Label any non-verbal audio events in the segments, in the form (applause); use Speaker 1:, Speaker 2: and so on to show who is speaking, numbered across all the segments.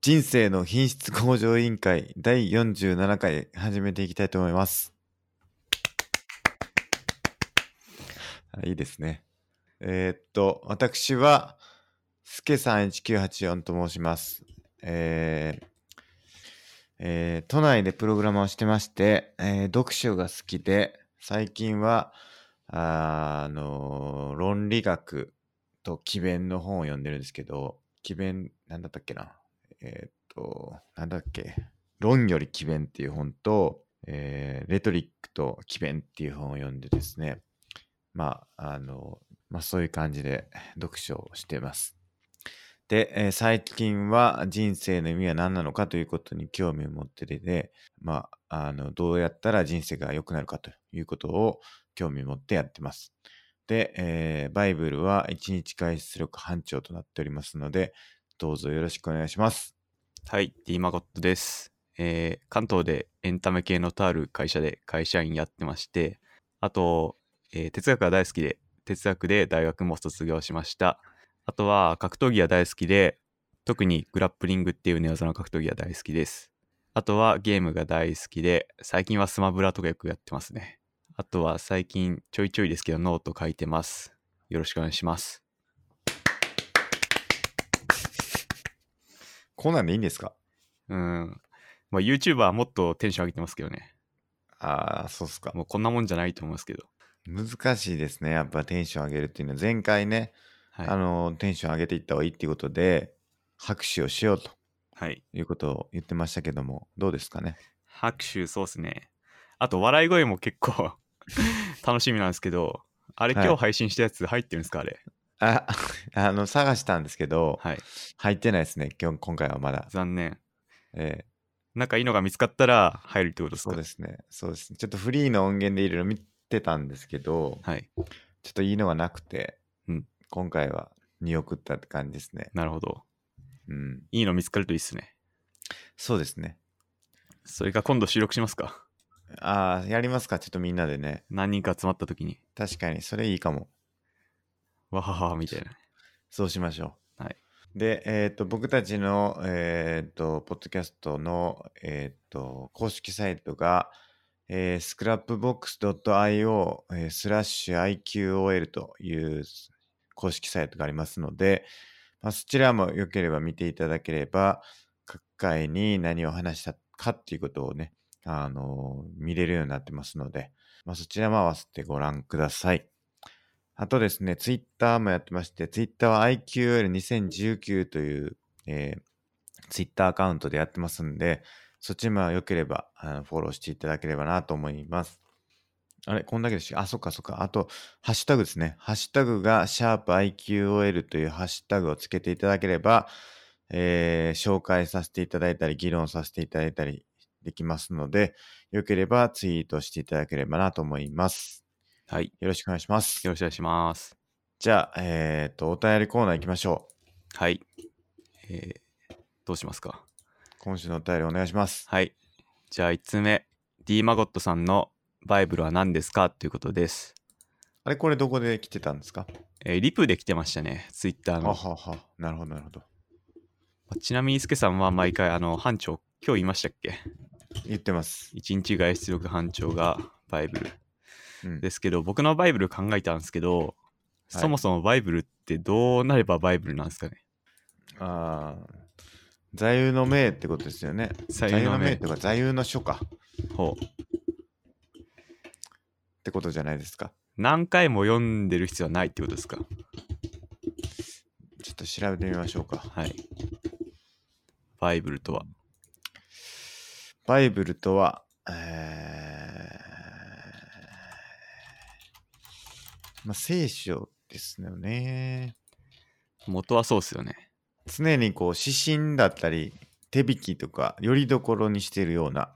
Speaker 1: 人生の品質向上委員会第47回始めていきたいと思います。あいいですね。えーっと、私は、すけさん1984と申します。えーえー都内でプログラマーをしてまして、えー読書が好きで、最近は、あーあのー論理学と奇弁の本を読んでるんですけど、奇弁、なんだったっけなえーっと、なんだっけ、論より奇弁っていう本と、えーレトリックと奇弁っていう本を読んでですね、まあ、あの、まあ、そういう感じで読書をしてます。で、えー最近は人生の意味は何なのかということに興味を持ってて、まあ、あの、どうやったら人生が良くなるかということを興味を持ってやってます。で、えーバイブルは1日回出力班長となっておりますので、どうぞよろしくお願いします。
Speaker 2: はい、D マゴットです。えー関東でエンタメ系のとある会社で会社員やってまして、あと、えー哲学が大好きで、哲学で大学も卒業しました。あとは格闘技が大好きで、特にグラップリングっていう寝技の格闘技が大好きです。あとはゲームが大好きで、最近はスマブラとかよくやってますね。あとは最近ちょいちょいですけどノート書いてます。よろしくお願いします。
Speaker 1: こんなんでいいんですか
Speaker 2: うん。まあ YouTuber はもっとテンション上げてますけどね。
Speaker 1: ああ、そうっすか。
Speaker 2: もうこんなもんじゃないと思いますけど。
Speaker 1: 難しいですね。やっぱテンション上げるっていうのは、前回ね、
Speaker 2: はい。
Speaker 1: あの、テンション上げていった方がいいっていうことで、拍手をしようと
Speaker 2: はい、
Speaker 1: いうことを言ってましたけども、どうですかね。
Speaker 2: 拍手、そうっすね。あと、笑い声も結構 (laughs) 楽しみなんですけど、あれ、
Speaker 1: はい
Speaker 2: 今日配信したやつ入ってるんですか、あれ。
Speaker 1: あ、あの、探したんですけど、
Speaker 2: はい。
Speaker 1: 入ってないですね。今日、今回はまだ。
Speaker 2: 残念。
Speaker 1: ええ
Speaker 2: なんかいいのが見つかったら入るってことですか
Speaker 1: そうですね。そうですね。ちょっとフリーの音源でいろいろ見てたんですけど、
Speaker 2: はい。
Speaker 1: ちょっといいのがなくて、
Speaker 2: うん
Speaker 1: 今回は見送ったって感じですね。
Speaker 2: なるほど。
Speaker 1: うん。
Speaker 2: いいの見つかるといいっすね。
Speaker 1: そうですね。
Speaker 2: それか今度収録しますか。
Speaker 1: ああ、やりますか。ちょっとみんなでね。
Speaker 2: 何人か集まった時に、
Speaker 1: 確かに、それいいかも。
Speaker 2: わはははみたいな。
Speaker 1: そうしましょう。
Speaker 2: はい。
Speaker 1: で、えっ、と、僕たちの、えっ、と、ポッドキャストの、えっ、と、公式サイトが、えー、scrapbox.io、えースラッシュ IQOL という公式サイトがありますので、まあ、そちらもよければ見ていただければ、各回に何を話したかっていうことをね、あのー見れるようになってますので、まあ、そちらも合わせてご覧ください。あとですね、ツイッターもやってまして、ツイッターは IQL2019 という、えー、ツイッターアカウントでやってますんで、そっちもよければあのフォローしていただければなと思います。あれこんだけでしたあ、そっかそっか。あと、ハッシュタグですね。ハッシュタグが、シャープ i q o l というハッシュタグをつけていただければ、えー紹介させていただいたり、議論させていただいたりできますので、よければツイートしていただければなと思います。
Speaker 2: はい。
Speaker 1: よろしくお願いします。
Speaker 2: よろしくお願いします。
Speaker 1: じゃあ、えっ、と、お便りコーナー行きましょう。
Speaker 2: はい。えーどうしますか
Speaker 1: 今週のお便りお願いします。
Speaker 2: はい。じゃあ1つ目、D マゴットさんのバイブルは何ですかということです。
Speaker 1: あれ、これどこで来てたんですか
Speaker 2: えーリプで来てましたね、ツイッター
Speaker 1: あ
Speaker 2: の。
Speaker 1: はは。なるほど、なるほど。
Speaker 2: まあちなみに、スケさんは毎回、あの、班長、今日言いましたっけ
Speaker 1: 言ってます。
Speaker 2: 一日外出力班長がバイブル。
Speaker 1: うん、
Speaker 2: ですけど、僕のバイブル考えたんですけど、そもそもバイブルってどうなればバイブルなんですかね。
Speaker 1: ああ、座右の銘ってことですよね。
Speaker 2: 座
Speaker 1: 座右
Speaker 2: 右
Speaker 1: の
Speaker 2: の
Speaker 1: 銘
Speaker 2: 銘
Speaker 1: っていうか、座右の書か。っ
Speaker 2: ほう。
Speaker 1: てことじゃないですか。
Speaker 2: 何回も読んでる必要はないってことですか。
Speaker 1: ちょっと調べてみましょうか。
Speaker 2: はい。バイブルとは。
Speaker 1: バイブルとは、えーまあ、聖書ですよね。
Speaker 2: 元はそうですよね。
Speaker 1: 常にこう、指針だったり、手引きとか、よりどころにしているような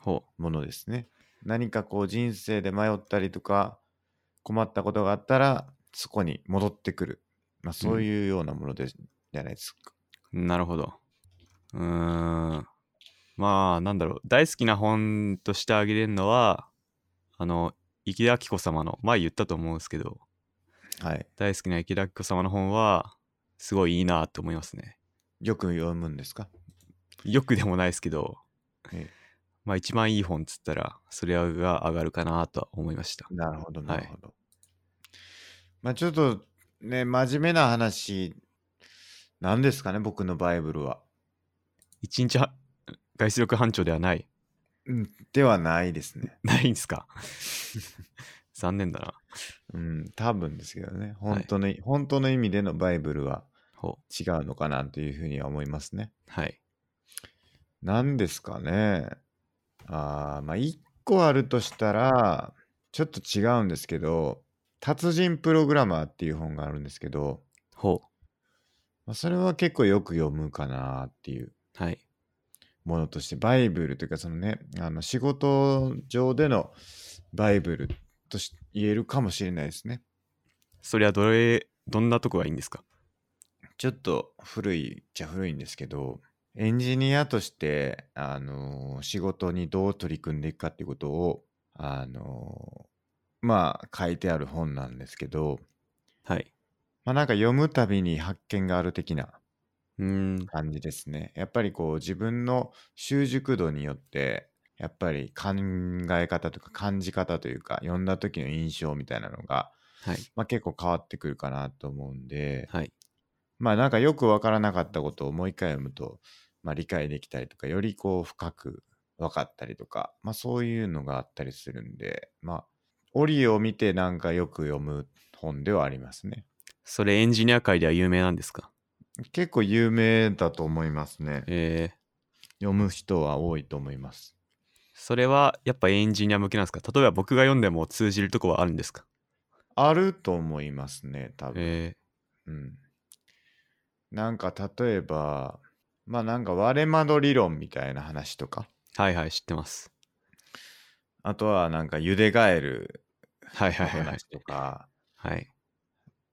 Speaker 2: ほ
Speaker 1: ものですね。何かこう人生で迷ったりとか困ったことがあったらそこに戻ってくる、まあ、そういうようなもので、じゃないですか。
Speaker 2: なるほど。うーん。まあ、なんだろう。大好きな本としてあげれるのは、あの、池田明子様の、前言ったと思うんですけど、
Speaker 1: はい、
Speaker 2: 大好きな池田明子様の本は、すごいいいなと思いますね。
Speaker 1: よく読むんですか
Speaker 2: よくでもないですけど、
Speaker 1: ええ
Speaker 2: まあ一番いい本っつったら、それが上がるかなとは思いました。
Speaker 1: なるほど、
Speaker 2: い
Speaker 1: なるほど。まあちょっとね、真面目な話、なんですかね、僕のバイブルは。
Speaker 2: 一日は外出力班長ではない、 (laughs)
Speaker 1: うんではないですね。
Speaker 2: ないんで
Speaker 1: (laughs)
Speaker 2: すか残念だな。
Speaker 1: うん、多分ですけどね。本当の、本当の意味でのバイブルは
Speaker 2: ほう。
Speaker 1: 違うのかなというふうには思いますね。
Speaker 2: はい。
Speaker 1: 何ですかね。あーまあ、一個あるとしたら、ちょっと違うんですけど、達人プログラマーっていう本があるんですけど、
Speaker 2: ほ
Speaker 1: まあ、それは結構よく読むかなっていう
Speaker 2: う。はい。
Speaker 1: ものとして、バイブルというか、そのね、あの仕事上でのバイブルとし言えるかもしれないですね。
Speaker 2: それはどれ、どんなとこがいいんですか
Speaker 1: ちょっと古いっちゃ古いんですけど、エンジニアとして、あのー仕事にどう取り組んでいくかっていうことを、あのーまあ、書いてある本なんですけど、
Speaker 2: はい。
Speaker 1: まあ、なんか読むたびに発見がある的な
Speaker 2: うーん。
Speaker 1: 感じですね。やっぱりこう、自分の習熟度によって、やっぱり考え方とか感じ方というか、読んだ時の印象みたいなのが、
Speaker 2: はい。
Speaker 1: まあ、結構変わってくるかなと思うんで、
Speaker 2: はい。
Speaker 1: まあなんかよくわからなかったことをもう一回読むと、まあ、理解できたりとかよりこう深く分かったりとか、まあ、そういうのがあったりするんでまあ折を見てなんかよく読む本ではありますね
Speaker 2: それエンジニア界では有名なんですか
Speaker 1: 結構有名だと思いますね
Speaker 2: えー、
Speaker 1: 読む人は多いと思います
Speaker 2: それはやっぱエンジニア向けなんですか例えば僕が読んでも通じるとこはあるんですか
Speaker 1: あると思いますね多分、
Speaker 2: え
Speaker 1: うんなんか例えばまあなんか割れ窓理論みたいな話とか
Speaker 2: ー、はいはい、知ってます。
Speaker 1: あとはなんかゆでガエル
Speaker 2: はいは
Speaker 1: の
Speaker 2: いはいはい
Speaker 1: 話。とか、
Speaker 2: はい。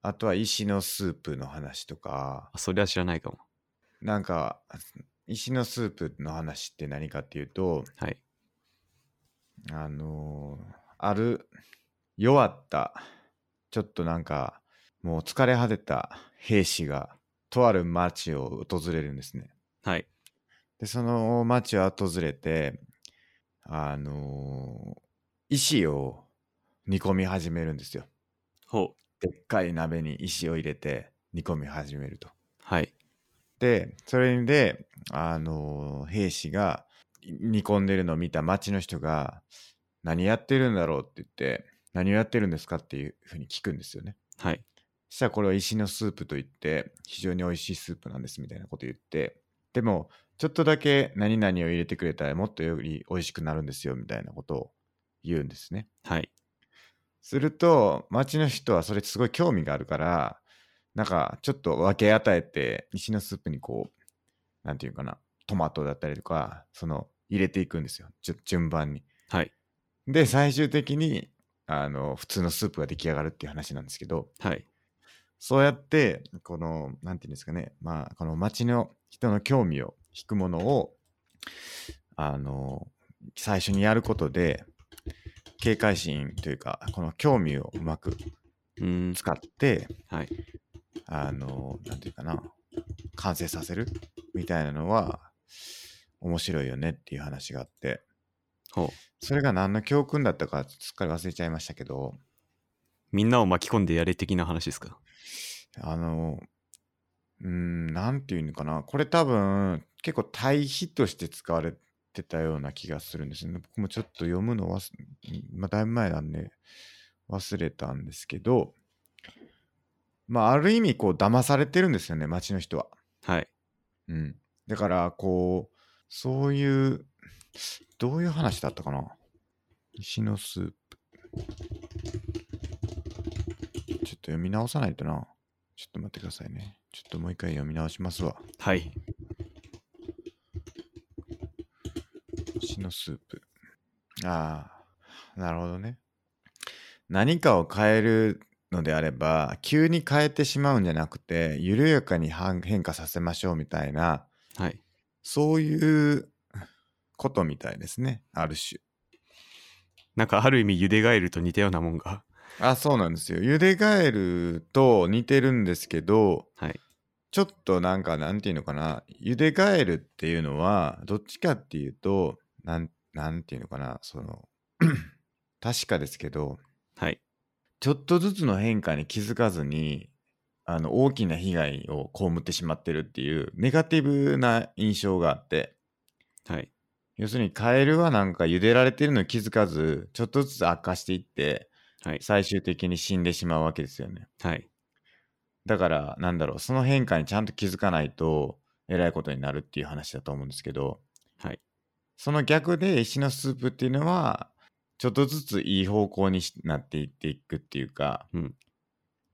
Speaker 1: あとは石のスープの話とか、
Speaker 2: あそれは知らないかも。
Speaker 1: なんか、石のスープの話って何かっていうと、
Speaker 2: はい。
Speaker 1: あのーある弱った、ちょっとなんか、もう疲れ果てた兵士が、とある町を訪れるんですね。
Speaker 2: はい。
Speaker 1: で、その町を訪れて、あのー石を煮込み始めるんですよ。
Speaker 2: ほう。
Speaker 1: でっかい鍋に石を入れて煮込み始めると。
Speaker 2: はい。
Speaker 1: でそれであの兵士がい煮込んでるのを見た町の人が「何やってるんだろう?」って言って「何をやってるんですか?」っていうふうに聞くんですよね。
Speaker 2: はい。
Speaker 1: そしたらこれを石のスープと言って非常に美味しいスープなんですみたいなこと言ってでもちょっとだけ何々を入れてくれたらもっとより美味しくなるんですよみたいなことを言うんですね。
Speaker 2: はい。
Speaker 1: すると町の人はそれすごい興味があるからなんかちょっと分け与えて石のスープにこうなんていうかなトマトだったりとかその入れていくんですよじゅ順番に
Speaker 2: はい。
Speaker 1: で最終的にあの普通のスープが出来上がるっていう話なんですけど
Speaker 2: はい。
Speaker 1: そうやってこのなんていうんですかねまあこの町の人の興味を引くものをあの最初にやることで警戒心というかこの興味をうまく
Speaker 2: うーん。
Speaker 1: 使って、
Speaker 2: はい。
Speaker 1: あの、なんていうかな、完成させるみたいなのは、面白いよねっていう話があって、
Speaker 2: ほう。
Speaker 1: それが何の教訓だったか、すっかり忘れちゃいましたけど、
Speaker 2: みんなを巻き込んでやれ的な話ですか
Speaker 1: あの、うーん、なんていうのかな、これ多分、結構対比として使われてたような気がするんですよね。僕もちょっと読むの忘、まあ、だいぶ前なんで、忘れたんですけど、まあ、ある意味、こう、騙されてるんですよね、街の人は。
Speaker 2: はい。
Speaker 1: うん。だから、こう、そういう、どういう話だったかな石のスープ。ちょっと読み直さないとな。ちょっと待ってくださいね。ちょっともう一回読み直しますわ。
Speaker 2: はい。
Speaker 1: 石のスープ。ああ、なるほどね。何かを変えるのであれば、急に変えてしまうんじゃなくて、緩やかに変変化させましょうみたいな、
Speaker 2: はい。
Speaker 1: そういうことみたいですね。ある種。
Speaker 2: なんかある意味、ゆでガエルと似たようなもんが。
Speaker 1: あ、そうなんですよ。ゆでガエルと似てるんですけど、
Speaker 2: はい。
Speaker 1: ちょっとなんか、なんていうのかな、茹で返るっていうのは、どっちかっていうと、なん、なんていうのかな、その、 (clears throat) 確かですけど、
Speaker 2: はい。
Speaker 1: ちょっとずつの変化に気づかずに、あの、大きな被害を被ってしまってるっていう、ネガティブな印象があって、
Speaker 2: はい。
Speaker 1: 要するにカエルはなんか茹でられてるのに気づかず、ちょっとずつ悪化していって、
Speaker 2: はい。
Speaker 1: 最終的に死んでしまうわけですよね。
Speaker 2: はい。
Speaker 1: だから、なんだろう、その変化にちゃんと気づかないと、えらいことになるっていう話だと思うんですけど、
Speaker 2: はい。
Speaker 1: その逆で石のスープっていうのは、ちょっとずついい方向にしなっていっていくっていうか、
Speaker 2: うん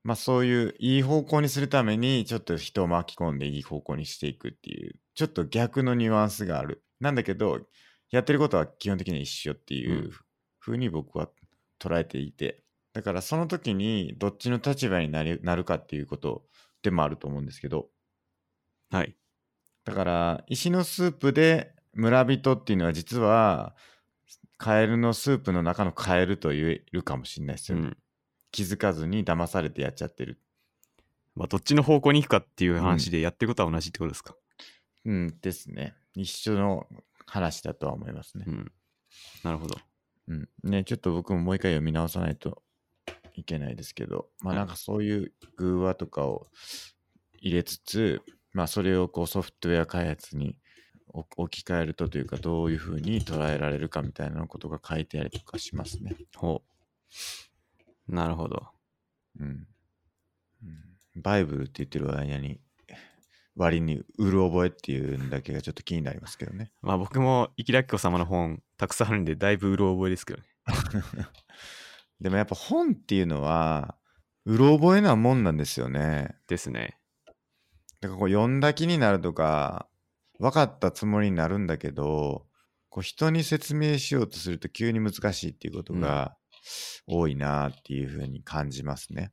Speaker 1: まあそういういい方向にするために、ちょっと人を巻き込んでいい方向にしていくっていう、ちょっと逆のニュアンスがある。なんだけど、やってることは基本的に一緒っていううんふうに僕は捉えていて、だからその時にどっちの立場になりなるかっていうことでもあると思うんですけど、
Speaker 2: はい。
Speaker 1: だから石のスープで村人っていうのは実はカエルのスープの中のカエルと言えるかもしれないです
Speaker 2: う
Speaker 1: よね、
Speaker 2: ん。
Speaker 1: 気づかずに騙されてやっちゃってる、
Speaker 2: まあ、どっちの方向に行くかっていう話で、やってることは同じってことですか。
Speaker 1: うん、ですね一緒の話だとは思いますね
Speaker 2: う,、ん。なるほど。
Speaker 1: うんねちょっと僕ももう一回読み直さないといけないですけどまあ
Speaker 2: は
Speaker 1: な
Speaker 2: い
Speaker 1: んかそういう偶話とかを入れつつまあそれをこうソフトウェア開発に置置き換えるとというかどういうふうに捉えられるかみたいなことが書いてありとかしますね
Speaker 2: ほう。なるほど。
Speaker 1: うんうんバイブルって言ってる間に割にうる覚えっていうんだけがちょっと気になりますけどね。
Speaker 2: まあ僕も生田明子様の本たくさんあるんでだいぶうろ覚えですけどね。
Speaker 1: でもやっぱ本っていうのはうる覚えなもんなんですよね。
Speaker 2: ですね。
Speaker 1: だからこう読んだ気になるとか分かったつもりになるんだけどこう人に説明しようとすると急に難しいっていうことが多いなっていうふうに感じますね。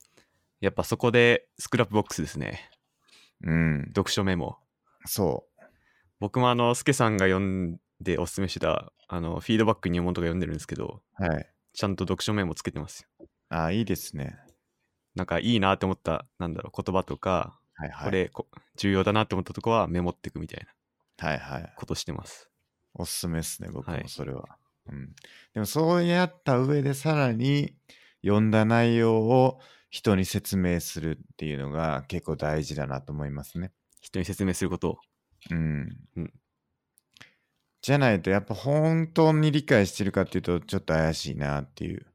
Speaker 2: やっぱそこでスクラップボックスですね。
Speaker 1: うん、
Speaker 2: 読書メモ。
Speaker 1: そ
Speaker 2: 僕もあの、スケさんが読んでおすすめしてた、あの、フィードバック入門とか読んでるんですけど、
Speaker 1: う。はい。
Speaker 2: ちゃんと読書メモつけてますよ。
Speaker 1: ああいいですね。
Speaker 2: なんかいいなって思った、なんだろう、言葉とか、
Speaker 1: はいはい。
Speaker 2: これ、こ重要だなって思ったとこはメモっていくみたいな
Speaker 1: はいはい。
Speaker 2: ことしてます。
Speaker 1: おすすめですね、僕
Speaker 2: は
Speaker 1: も
Speaker 2: い
Speaker 1: それは。うん、でもそうやった上でさらに読んだ内容を人に説明するっていうのが結構大事だなと思いますね。
Speaker 2: 人に説明することを。
Speaker 1: うん。
Speaker 2: うん
Speaker 1: じゃないとやっぱ本当に理解してるかっていうとちょっと怪しいなっていう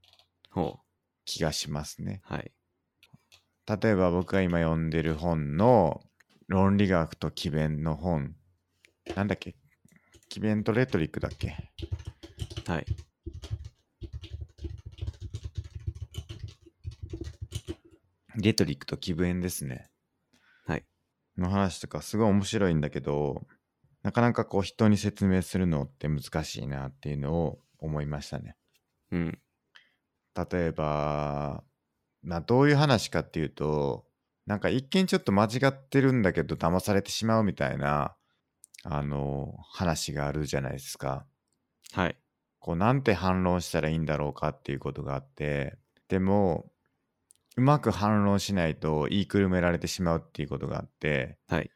Speaker 2: ほ
Speaker 1: 気がしますね。
Speaker 2: う。はい。
Speaker 1: 例えば僕が今読んでる本の論理学と奇弁の本なんだっけ奇弁とレトリックだっけ
Speaker 2: はい。
Speaker 1: レトリックと気分ですね。
Speaker 2: はい。
Speaker 1: の話とかすごい面白いんだけど、なかなかこう人に説明するのって難しいなっていうのを思いましたね。
Speaker 2: うん。
Speaker 1: 例えば、まあどういう話かっていうと、なんか一見ちょっと間違ってるんだけど騙されてしまうみたいな、あの、話があるじゃないですか。
Speaker 2: はい。
Speaker 1: こうなんて反論したらいいんだろうかっていうことがあってでもうまく反論しないと言いくるめられてしまうっていうことがあって
Speaker 2: はい。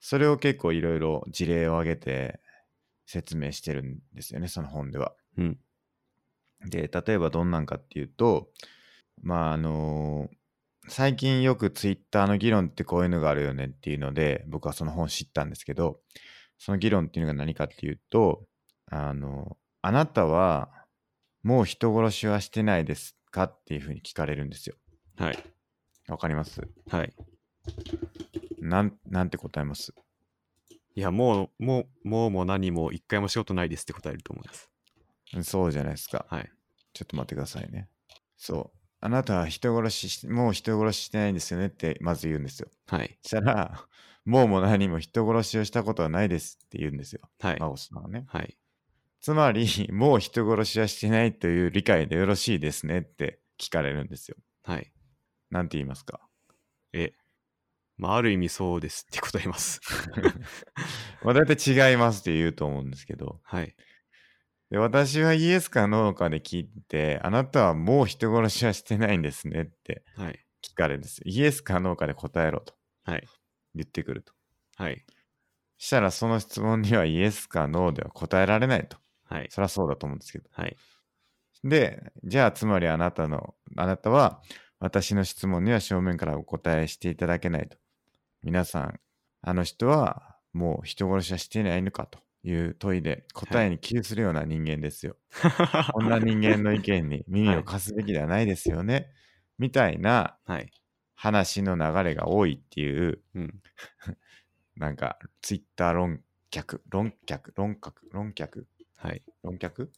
Speaker 1: それを結構いろいろ事例を挙げて説明してるんですよねその本では。
Speaker 2: うん。
Speaker 1: で例えばどんなんかっていうとまああの最近よくツイッターの議論ってこういうのがあるよねっていうので僕はその本知ったんですけどその議論っていうのが何かっていうとあのあなたはもう人殺しはしてないですかっていうふうに聞かれるんですよ
Speaker 2: はい。
Speaker 1: わかります
Speaker 2: はい。
Speaker 1: なんなんて答えます
Speaker 2: いや、もう、もう、もうも何も一回も仕事ないですって答えると思います。
Speaker 1: そうじゃないですか
Speaker 2: はい。
Speaker 1: ちょっと待ってくださいねそうあなたは人殺ししもう人殺ししてないんですよねってまず言うんですよ
Speaker 2: はい。
Speaker 1: したら、もうも何も人殺しをしたことはないですって言うんですよ。
Speaker 2: はい。
Speaker 1: 孫さんはね。
Speaker 2: はい。
Speaker 1: つまり、 (laughs) もう人殺しはしてないという理解でよろしいですねって聞かれるんですよ。
Speaker 2: はい。
Speaker 1: なんて言いますか
Speaker 2: え、まあ、ある意味そうですって答
Speaker 1: (laughs)
Speaker 2: えます。
Speaker 1: まあ大体違いますって言うと思うんですけど。
Speaker 2: はい。
Speaker 1: で私はイエスかノーかで聞いて、あなたはもう人殺しはしてないんですねって
Speaker 2: はい。
Speaker 1: 聞かれるんですよ。イエスかノーかで答えろと。
Speaker 2: はい。
Speaker 1: 言ってくると。
Speaker 2: はい。
Speaker 1: したらその質問にはイエスかノーでは答えられないと。
Speaker 2: はい。
Speaker 1: そりゃそうだと思うんですけど。
Speaker 2: はい。
Speaker 1: で、じゃあつまりあなたの、あなたは私の質問には正面からお答えしていただけないと。皆さん、あの人はもう人殺しはしていないのかという問いで答えに寄与するような人間ですよ。 (laughs) こんな人間の意見に耳を貸すべきではないですよね。みたいな
Speaker 2: (laughs) はい。
Speaker 1: 話の流れが多いっていう、
Speaker 2: うん。
Speaker 1: なんか、ツイッター論客、論客、論客、論客、
Speaker 2: はい。
Speaker 1: 論客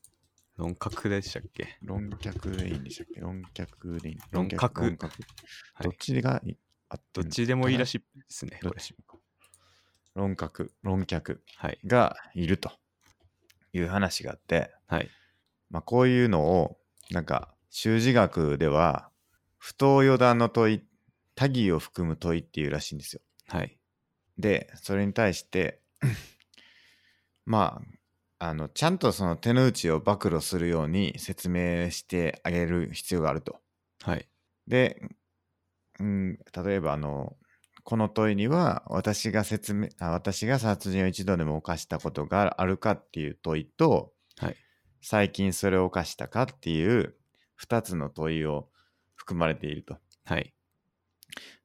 Speaker 2: 論格でしたっけ
Speaker 1: 論客でいいんでしたっけ論客でいい
Speaker 2: 論客
Speaker 1: 論客
Speaker 2: はい
Speaker 1: どっちがいいあって
Speaker 2: ど
Speaker 1: ん
Speaker 2: っ
Speaker 1: の
Speaker 2: ちでもいいらしいですね。
Speaker 1: ど
Speaker 2: こ
Speaker 1: っ
Speaker 2: れ
Speaker 1: ちも論客、論客
Speaker 2: はい。
Speaker 1: がいるという話があって、
Speaker 2: はい。
Speaker 1: まあ、こういうのを、なんか、修辞学では、不当余談の問い、多義を含む問いっていうらしいんですよ。
Speaker 2: はい。
Speaker 1: で、それに対して、 (clears throat) まあ、あの、ちゃんとその手の内を暴露するように説明してあげる必要があると。
Speaker 2: はい。
Speaker 1: で、うん、例えばあの、この問いには私が説明、あ私が殺人を一度でも犯したことがあるかっていう問いと、
Speaker 2: はい
Speaker 1: 最近それを犯したかっていう2つの問いを含まれていると。
Speaker 2: はい。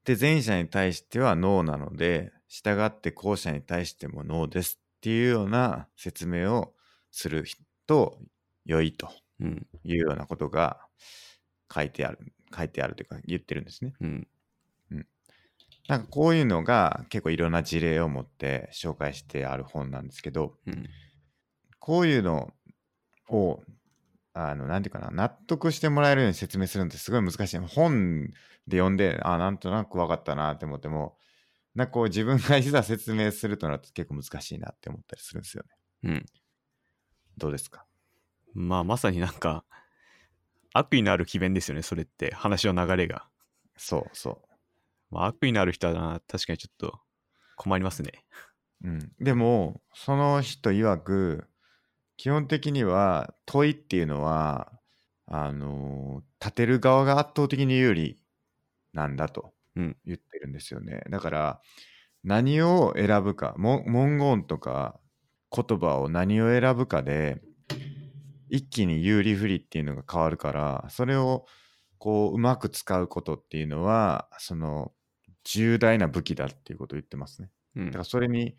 Speaker 1: で、前者に対してはノーなので、従って後者に対してもノーですっていうような説明をすると良いと
Speaker 2: うん。
Speaker 1: いうようなことが書いてある、書いてあるというか言ってるんですね。
Speaker 2: うん。
Speaker 1: なんかこういうのが結構いろんな事例を持って紹介してある本なんですけど、
Speaker 2: うん。
Speaker 1: こういうのを、あの、なんていうかな、納得してもらえるように説明するのってすごい難しい。本で読んで、あ、なんとなく分かったなって思っても、なんかこう自分がいざ説明するとなると結構難しいなって思ったりするんですよね。
Speaker 2: うん。
Speaker 1: どうですか
Speaker 2: まあ、まさになんか、悪意のある詭弁ですよね、それって。話の流れが。
Speaker 1: そうそ
Speaker 2: まあ、悪意のある人はな、確かにちょっと困りますね。
Speaker 1: う。うん。でも、その人曰く、基本的には問いっていうのは、あのー立てる側が圧倒的に有利なんだと
Speaker 2: うん
Speaker 1: 言ってるんですよね。だから、何を選ぶか、も文言とか言葉を何を選ぶかで、一気に有利不利っていうのが変わるから、それをこう、うまく使うことっていうのは、その、重大な武器だっていうことを言ってますね。
Speaker 2: うん
Speaker 1: だからそれに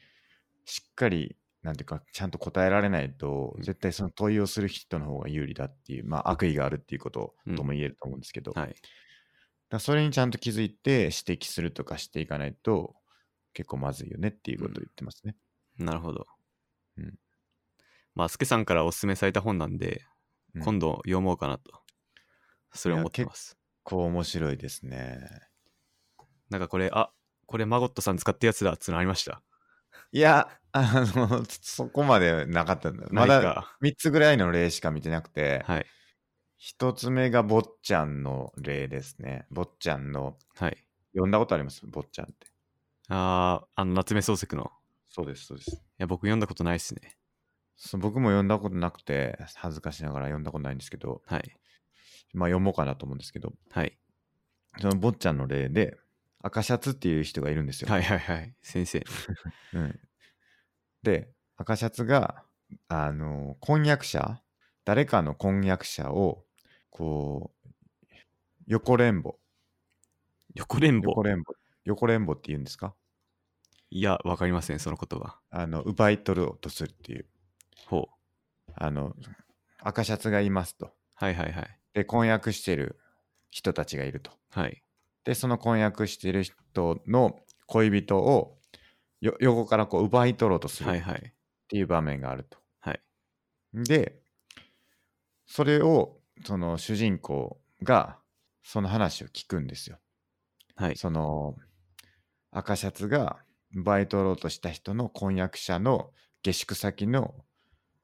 Speaker 1: しっかり、なんていうか、ちゃんと答えられないと、
Speaker 2: うん
Speaker 1: 絶対その問いをする人の方が有利だっていう、まあ悪意があるっていうこと
Speaker 2: うん
Speaker 1: とも言えると思うんですけど、だか
Speaker 2: はい。
Speaker 1: らそれにちゃんと気づいて指摘するとかしていかないと、結構まずいよねっていうことを言ってますね。
Speaker 2: なるほど。
Speaker 1: うん
Speaker 2: まあ、スケさんからおすすめされた本なんで、
Speaker 1: うん
Speaker 2: 今度読もうかなと、それを思ってます。
Speaker 1: こう面白いですね。
Speaker 2: なんかこれ、あこれマゴットさん使ったやつだっつうのありました。
Speaker 1: いや、あの、そこまでなかったんだ。ま
Speaker 2: な
Speaker 1: だ
Speaker 2: いか
Speaker 1: 3つぐらいの例しか見てなくて、
Speaker 2: はい。
Speaker 1: 一つ目が坊ちゃんの例ですね。坊ちゃんの、
Speaker 2: はい。
Speaker 1: 呼んだことあります坊ちゃんって。
Speaker 2: ああ、あの、夏目漱石の。い
Speaker 1: そうです、そうです。
Speaker 2: や、僕読んだことないっすね。
Speaker 1: そう僕も読んだことなくて、恥ずかしながら読んだことないんですけど、
Speaker 2: はい。
Speaker 1: まあ読もうかなと思うんですけど、
Speaker 2: はい。
Speaker 1: その坊ちゃんの例で、赤シャツっていう人がいるんですよ。
Speaker 2: はいはいはい。先生。
Speaker 1: うん、で、赤シャツが、あの、婚約者、誰かの婚約者を、こう、横連棒。
Speaker 2: 横連棒
Speaker 1: 横。連棒。横連棒って言うんですか
Speaker 2: いや、わかりません、その言葉。
Speaker 1: あの、奪い取ろうとするっていう。
Speaker 2: ほう。
Speaker 1: あの、赤シャツがいますと。
Speaker 2: はいはいはい。
Speaker 1: で、婚約してる人たちがいると。
Speaker 2: はい。
Speaker 1: で、その婚約してる人の恋人をよ横からこう奪い取ろうとする
Speaker 2: はい
Speaker 1: っ
Speaker 2: はい。
Speaker 1: ていう場面があると。
Speaker 2: はい
Speaker 1: で、それをその主人公がその話を聞くんですよ。
Speaker 2: はい。
Speaker 1: その赤シャツが奪い取ろうとした人の婚約者の下宿先の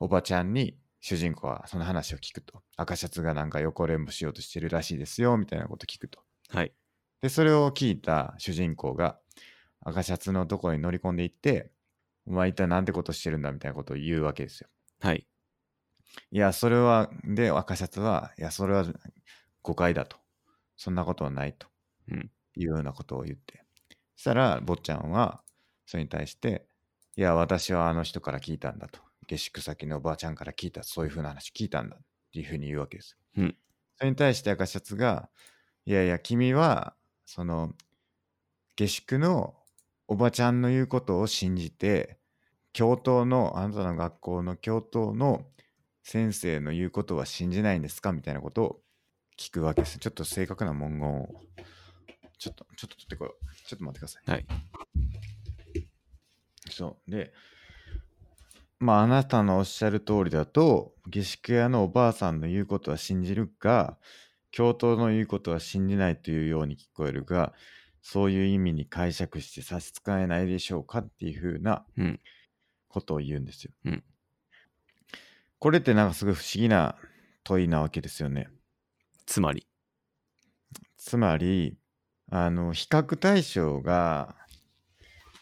Speaker 1: おばちゃんに主人公はその話を聞くと。赤シャツがなんか横連もしようとしてるらしいですよみたいなこと聞くと。
Speaker 2: はい。
Speaker 1: で、それを聞いた主人公が赤シャツのとこに乗り込んでいって、お前一体なんてことしてるんだみたいなことを言うわけですよ。
Speaker 2: はい。
Speaker 1: いや、それは、で、赤シャツは、いや、それは誤解だと。そんなことはないと。
Speaker 2: うん
Speaker 1: いうようなことを言って。そしたら、坊ちゃんは、それに対して、いや、私はあの人から聞いたんだと。下宿先のおばあちゃんから聞いた、そういうふうな話聞いたんだっていうふうに言うわけです。
Speaker 2: うん
Speaker 1: それに対して赤シャツが、いやいや、君は、その、下宿のおばちゃんの言うことを信じて、教頭の、あなたの学校の教頭の先生の言うことは信じないんですかみたいなことを聞くわけです。ちょっと正確な文言を。ちょっと、ちょっと取ってこよう。ちょっと待ってください。
Speaker 2: はい。
Speaker 1: そう。で、まあ、あなたのおっしゃる通りだと、下宿屋のおばあさんの言うことは信じるが、教頭の言うことは信じないというように聞こえるが、そういう意味に解釈して差し支えないでしょうかっていうふうな
Speaker 2: うん
Speaker 1: ことを言うんですよ。
Speaker 2: うん
Speaker 1: これってなんかすごい不思議な問いなわけですよね。
Speaker 2: つまり、
Speaker 1: つまりあの比較対象が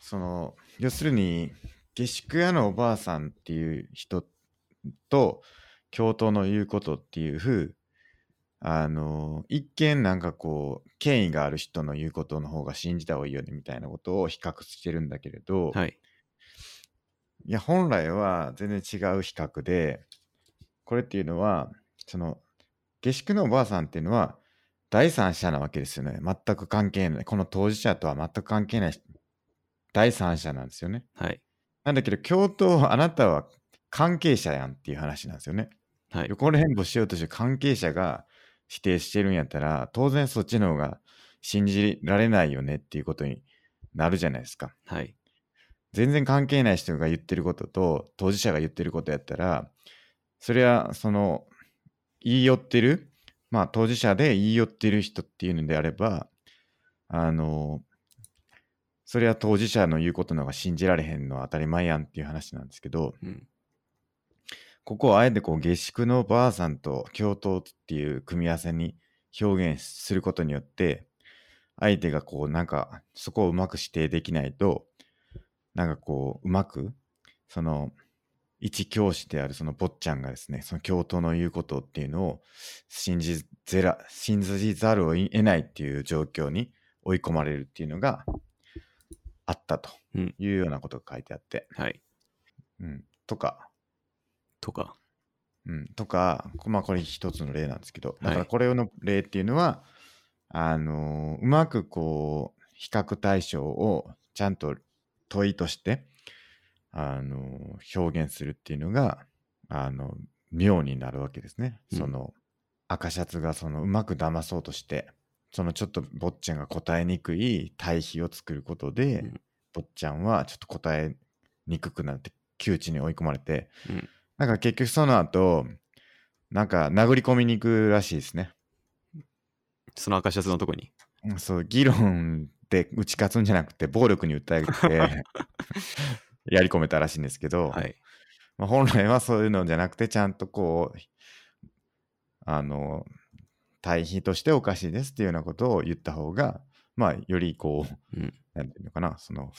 Speaker 1: その要するに下宿屋のおばあさんっていう人と教頭の言うことっていう風あの一見なんかこう権威がある人の言うことの方が信じた方がいいよねみたいなことを比較してるんだけれど、
Speaker 2: はい。
Speaker 1: いや、本来は全然違う比較で、これっていうのは、その、下宿のおばあさんっていうのは、第三者なわけですよね。全く関係ない。この当事者とは全く関係ないし第三者なんですよね。
Speaker 2: はい。
Speaker 1: なんだけど、教頭、あなたは関係者やんっていう話なんですよね。
Speaker 2: はい。
Speaker 1: 横連合しようとしてる関係者が否定してるんやったら、当然そっちの方が信じられないよねっていうことになるじゃないですか。
Speaker 2: はい。
Speaker 1: 全然関係ない人が言ってることと当事者が言ってることやったらそれはその言い寄ってるまあ当事者で言い寄ってる人っていうのであればあのそれは当事者の言うことの方が信じられへんのは当たり前やんっていう話なんですけど
Speaker 2: うん。
Speaker 1: ここをあえてこう下宿のばあさんと教頭っていう組み合わせに表現することによって相手がこうなんかそこをうまく指定できないとなんかこううまくその一教師であるその坊ちゃんがですねその教頭の言うことっていうのを信じぜら信じざるを得ないっていう状況に追い込まれるっていうのがあったというようなことが書いてあって、
Speaker 2: はい。
Speaker 1: うん、とか
Speaker 2: とか。
Speaker 1: うん、とか、こまあ、これ一つの例なんですけど、だか
Speaker 2: は
Speaker 1: ら
Speaker 2: い
Speaker 1: これの例っていうのは、あのーうまくこう、比較対象をちゃんと問いとして、あのー表現するっていうのが、あの、妙になるわけですね。
Speaker 2: うん
Speaker 1: その、赤シャツがその、うまく騙そうとして、そのちょっと坊ちゃんが答えにくい対比を作ることで、
Speaker 2: うん
Speaker 1: 坊ちゃんはちょっと答えにくくなって、窮地に追い込まれて、
Speaker 2: うん。
Speaker 1: なんか結局その後、なんか殴り込みに行くらしいですね。
Speaker 2: その赤シャツのとこに。
Speaker 1: うんそう、議論で打ち勝つんじゃなくて、暴力に訴えて、やり込めたらしいんですけど、
Speaker 2: はい。
Speaker 1: まあ、本来はそういうのじゃなくて、ちゃんとこう、あの、対比としておかしいですっていうようなことを言った方が、まあ、よりこう、
Speaker 2: うん。
Speaker 1: なんていうのかな、その、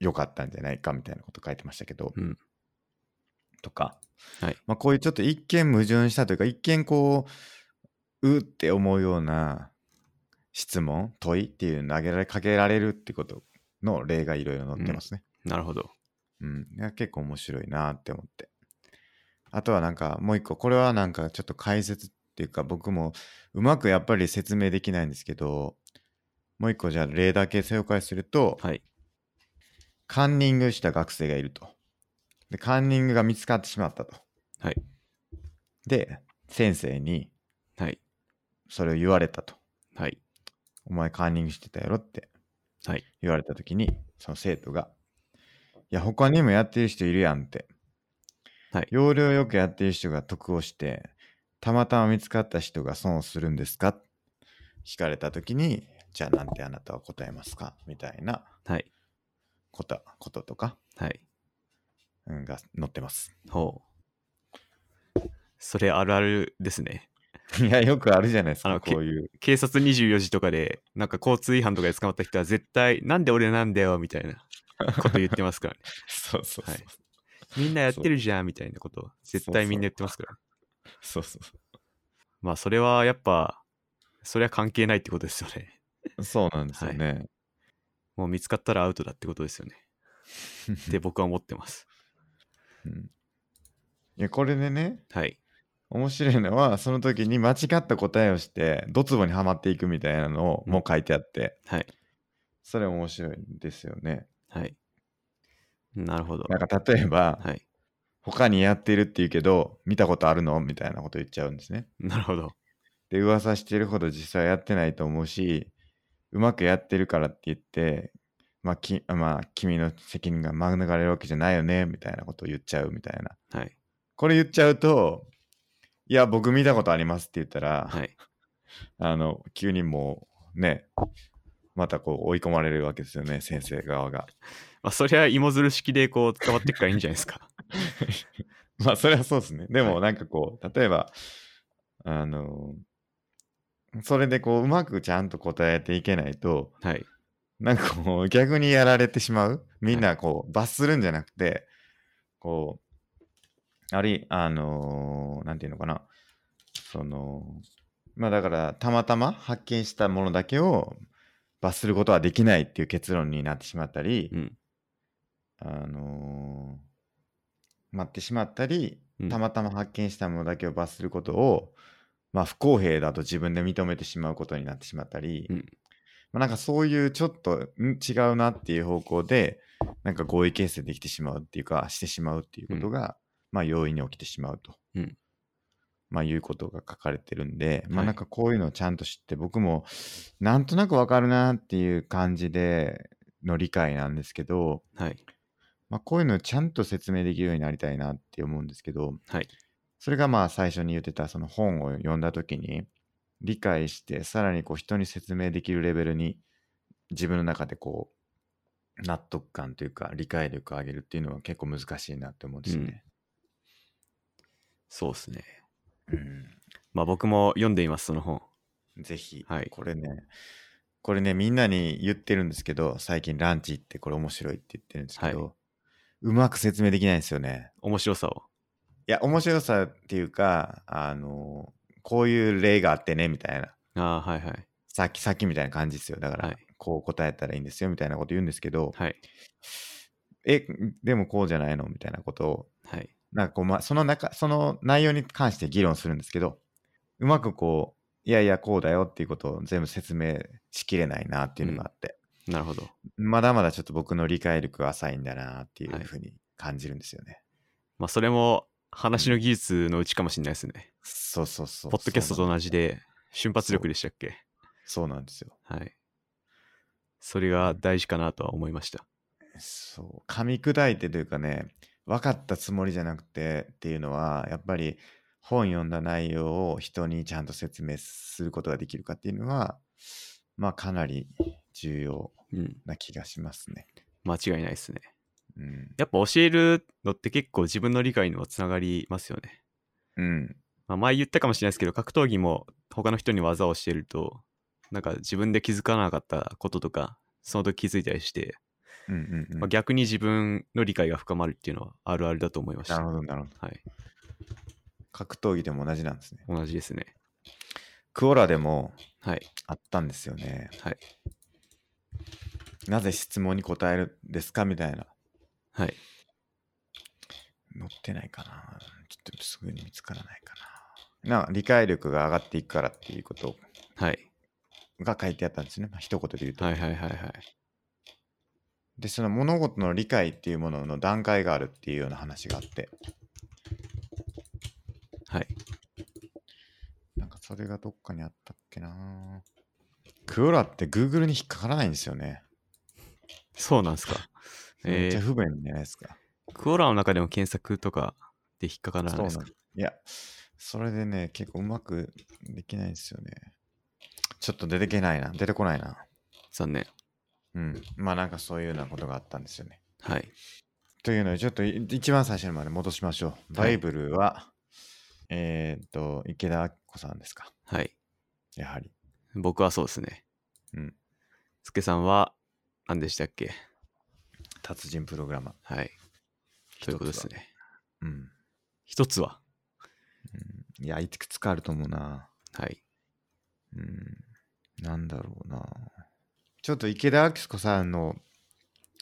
Speaker 1: 良かったんじゃないかみたいなこと書いてましたけど、
Speaker 2: うん
Speaker 1: とか、
Speaker 2: はい
Speaker 1: まあ、こういうちょっと一見矛盾したというか、一見こう、うって思うような質問、問いっていうの投げられ、かけられるってことの例がいろいろ載ってますね。
Speaker 2: なるほど。
Speaker 1: うん。いや結構面白いなって思って。あとはなんかもう一個、これはなんかちょっと解説っていうか僕もうまくやっぱり説明できないんですけど、もう一個じゃあ例だけ紹介すると、
Speaker 2: はい。
Speaker 1: カンニングした学生がいると。で、カンニングが見つかってしまったと。
Speaker 2: はい。
Speaker 1: で、先生に
Speaker 2: はい。
Speaker 1: それを言われたと。
Speaker 2: はい。
Speaker 1: お前カンニングしてたやろって
Speaker 2: はい。
Speaker 1: 言われた時に、その生徒が、いや、他にもやってる人いるやんって。
Speaker 2: はい
Speaker 1: 要領よくやってる人が得をして、たまたま見つかった人が損をするんですか聞かれた時に、じゃあなんてあなたは答えますかみたいな
Speaker 2: はい。
Speaker 1: ことこととか、
Speaker 2: はい。
Speaker 1: うん、が載ってます。 (laughs)
Speaker 2: ほう。それあるあるですね。
Speaker 1: いや、よくあるじゃないですか、
Speaker 2: あの
Speaker 1: こういう。
Speaker 2: 警察24時とかで、なんか交通違反とかで捕まった人は絶対、なんで俺なんだよみたい (laughs) なこと言ってますからね。
Speaker 1: そうそうそう。
Speaker 2: はいみんなやってるじゃんみたいなことを絶対みんな言ってますから。
Speaker 1: そうそう
Speaker 2: まあそれはやっぱ、それは関係ないってことですよね。
Speaker 1: そうなんですよね。
Speaker 2: もう見つかったらアウトだってことですよね。って僕は思っ
Speaker 1: (laughs)
Speaker 2: てます。
Speaker 1: うんいやこれでね
Speaker 2: はい。
Speaker 1: 面白いのはその時に間違った答えをしてドツボにはまっていくみたいなのをもう書いてあって
Speaker 2: はい。
Speaker 1: それ面白いんですよね
Speaker 2: はい。なるほど。
Speaker 1: なんか例えば
Speaker 2: はい。
Speaker 1: 他にやってるって言うけど見たことあるのみたいなこと言っちゃうんですね
Speaker 2: なるほど。
Speaker 1: で噂してるほど実際やってないと思うしうまくやってるからって言ってまあきまあ君の責任が免れるわけじゃないよねみたいなことを言っちゃうみたいな
Speaker 2: はい。
Speaker 1: これ言っちゃうといや僕見たことありますって言ったら、
Speaker 2: はい。
Speaker 1: あの急にもうねまたこう追い込まれるわけですよね先生側が (laughs)
Speaker 2: まあ、そりゃ芋づる式でこう伝わっていくからいいんじゃないで
Speaker 1: (laughs)
Speaker 2: すか。
Speaker 1: まあそれはそうですねで
Speaker 2: は
Speaker 1: も
Speaker 2: い
Speaker 1: なんかこう例えばあのそれでこううまくちゃんと答えていけないと
Speaker 2: はい。
Speaker 1: なんかこう逆にやられてしまうみんなこう罰するんじゃなくてこうありあのーなんていうのかなそのまあだからたまたま発見したものだけを罰することはできないっていう結論になってしまったり、
Speaker 2: うん。
Speaker 1: あのー待ってしまったり
Speaker 2: うん
Speaker 1: たまたま発見したものだけを罰することを、まあ、不公平だと自分で認めてしまうことになってしまったり、
Speaker 2: うん
Speaker 1: まあ、なんかそういうちょっとん違うなっていう方向でなんか合意形成できてしまうっていうかしてしまうっていうことが、まあ容易に起きてしまうと、
Speaker 2: うん
Speaker 1: まあ、いうことが書かれてるんで、ま
Speaker 2: は
Speaker 1: あ、
Speaker 2: い
Speaker 1: なんかこういうのをちゃんと知って僕もなんとなくわかるなっていう感じでの理解なんですけど、
Speaker 2: はい。
Speaker 1: まあ、こういうのをちゃんと説明できるようになりたいなって思うんですけど、
Speaker 2: はい。
Speaker 1: それがまあ最初に言ってたその本を読んだ時に理解してさらにこう人に説明できるレベルに自分の中でこう納得感というか理解力を上げるっていうのは結構難しいなって思うんですよね。
Speaker 2: そうですね。
Speaker 1: うん
Speaker 2: まあ僕も読んでいます、その本。
Speaker 1: ぜひ、
Speaker 2: はい
Speaker 1: これねこれねみんなに言ってるんですけど最近ランチ行ってこれ面白いって言ってるんですけど、
Speaker 2: は
Speaker 1: うまく説明できないんですよね。
Speaker 2: 面白さを。
Speaker 1: いや面白さっていうかあのこういう例があってねみたいな
Speaker 2: ああ、はいはい。
Speaker 1: さっきさっきみたいな感じですよだから、
Speaker 2: はい
Speaker 1: こう答えたらいいんですよみたいなこと言うんですけど、
Speaker 2: はい。
Speaker 1: えでもこうじゃないのみたいなことを
Speaker 2: はい。
Speaker 1: なんかこう、まあ、その中その内容に関して議論するんですけどうまくこういやいやこうだよっていうことを全部説明しきれないなっていうのがあって、
Speaker 2: なるほど。
Speaker 1: まだまだちょっと僕の理解力が浅いんだなっていう
Speaker 2: はい
Speaker 1: ふうに感じるんですよね、
Speaker 2: まあそれも話の技術のうちかもしれないですね。
Speaker 1: そうそうそう
Speaker 2: ポッドキャストと同じで瞬発力でしたっけ
Speaker 1: そうなんですよ
Speaker 2: はい。それが大事かなとは思いました。
Speaker 1: そう噛み砕いてというかね分かったつもりじゃなくてっていうのはやっぱり本読んだ内容を人にちゃんと説明することができるかっていうのはまあかなり重要
Speaker 2: うん。
Speaker 1: な気がしますね。
Speaker 2: 間違いないですね。
Speaker 1: うん。
Speaker 2: やっぱ教えるのって結構自分の理解にもつながりますよね。
Speaker 1: うん、
Speaker 2: まあ、前言ったかもしれないですけど、格闘技も他の人に技を教えると、なんか自分で気づかなかったこととか、その時気づいたりして、
Speaker 1: うんうんうん
Speaker 2: まあ、逆に自分の理解が深まるっていうのはあるあるだと思いました。
Speaker 1: なるほどなるほど。
Speaker 2: はい。
Speaker 1: 格闘技でも同じなんですね。
Speaker 2: 同じですね。
Speaker 1: クオラでも
Speaker 2: はい。
Speaker 1: あったんですよね。
Speaker 2: はい。
Speaker 1: なぜ質問に答えるんですかみたいな。
Speaker 2: はい。
Speaker 1: 載ってないかなちょっとすぐに見つからないかな。な理解力が上がっていくからっていうことを
Speaker 2: はい。
Speaker 1: が書いてあったんですね、まあ、一言で言うと。
Speaker 2: はいはいはいはい。
Speaker 1: でその物事の理解っていうものの段階があるっていうような話があって
Speaker 2: はい。
Speaker 1: なんかそれがどっかにあったっけなクオラって Google に引っかからないんですよね。
Speaker 2: そうなんですか。
Speaker 1: (laughs) めっ
Speaker 2: え
Speaker 1: ちゃ
Speaker 2: ー、
Speaker 1: 不便じゃないですか。
Speaker 2: クオラの中でも検索とかで引っかからない
Speaker 1: そう
Speaker 2: です
Speaker 1: なん
Speaker 2: か
Speaker 1: いや、それでね、結構うまくできないんですよね。ちょっと出てけないな、出てこないな。
Speaker 2: 残念。
Speaker 1: うん。まあなんかそういうようなことがあったんですよね。
Speaker 2: はい。
Speaker 1: というので、ちょっとい一番最初にまで戻しましょう。バイブルは、えーっと、池田明子さんですか。
Speaker 2: はい。
Speaker 1: やはり。
Speaker 2: 僕はそうですね。
Speaker 1: うん。
Speaker 2: スケさんは何でしたっけ
Speaker 1: 達人プログラマー。
Speaker 2: はい。ということですね。
Speaker 1: うん。
Speaker 2: 一つは。
Speaker 1: うんいや、いくつかあると思うな。
Speaker 2: はい。
Speaker 1: うん。なんだろうな。ちょっと池田明子さんの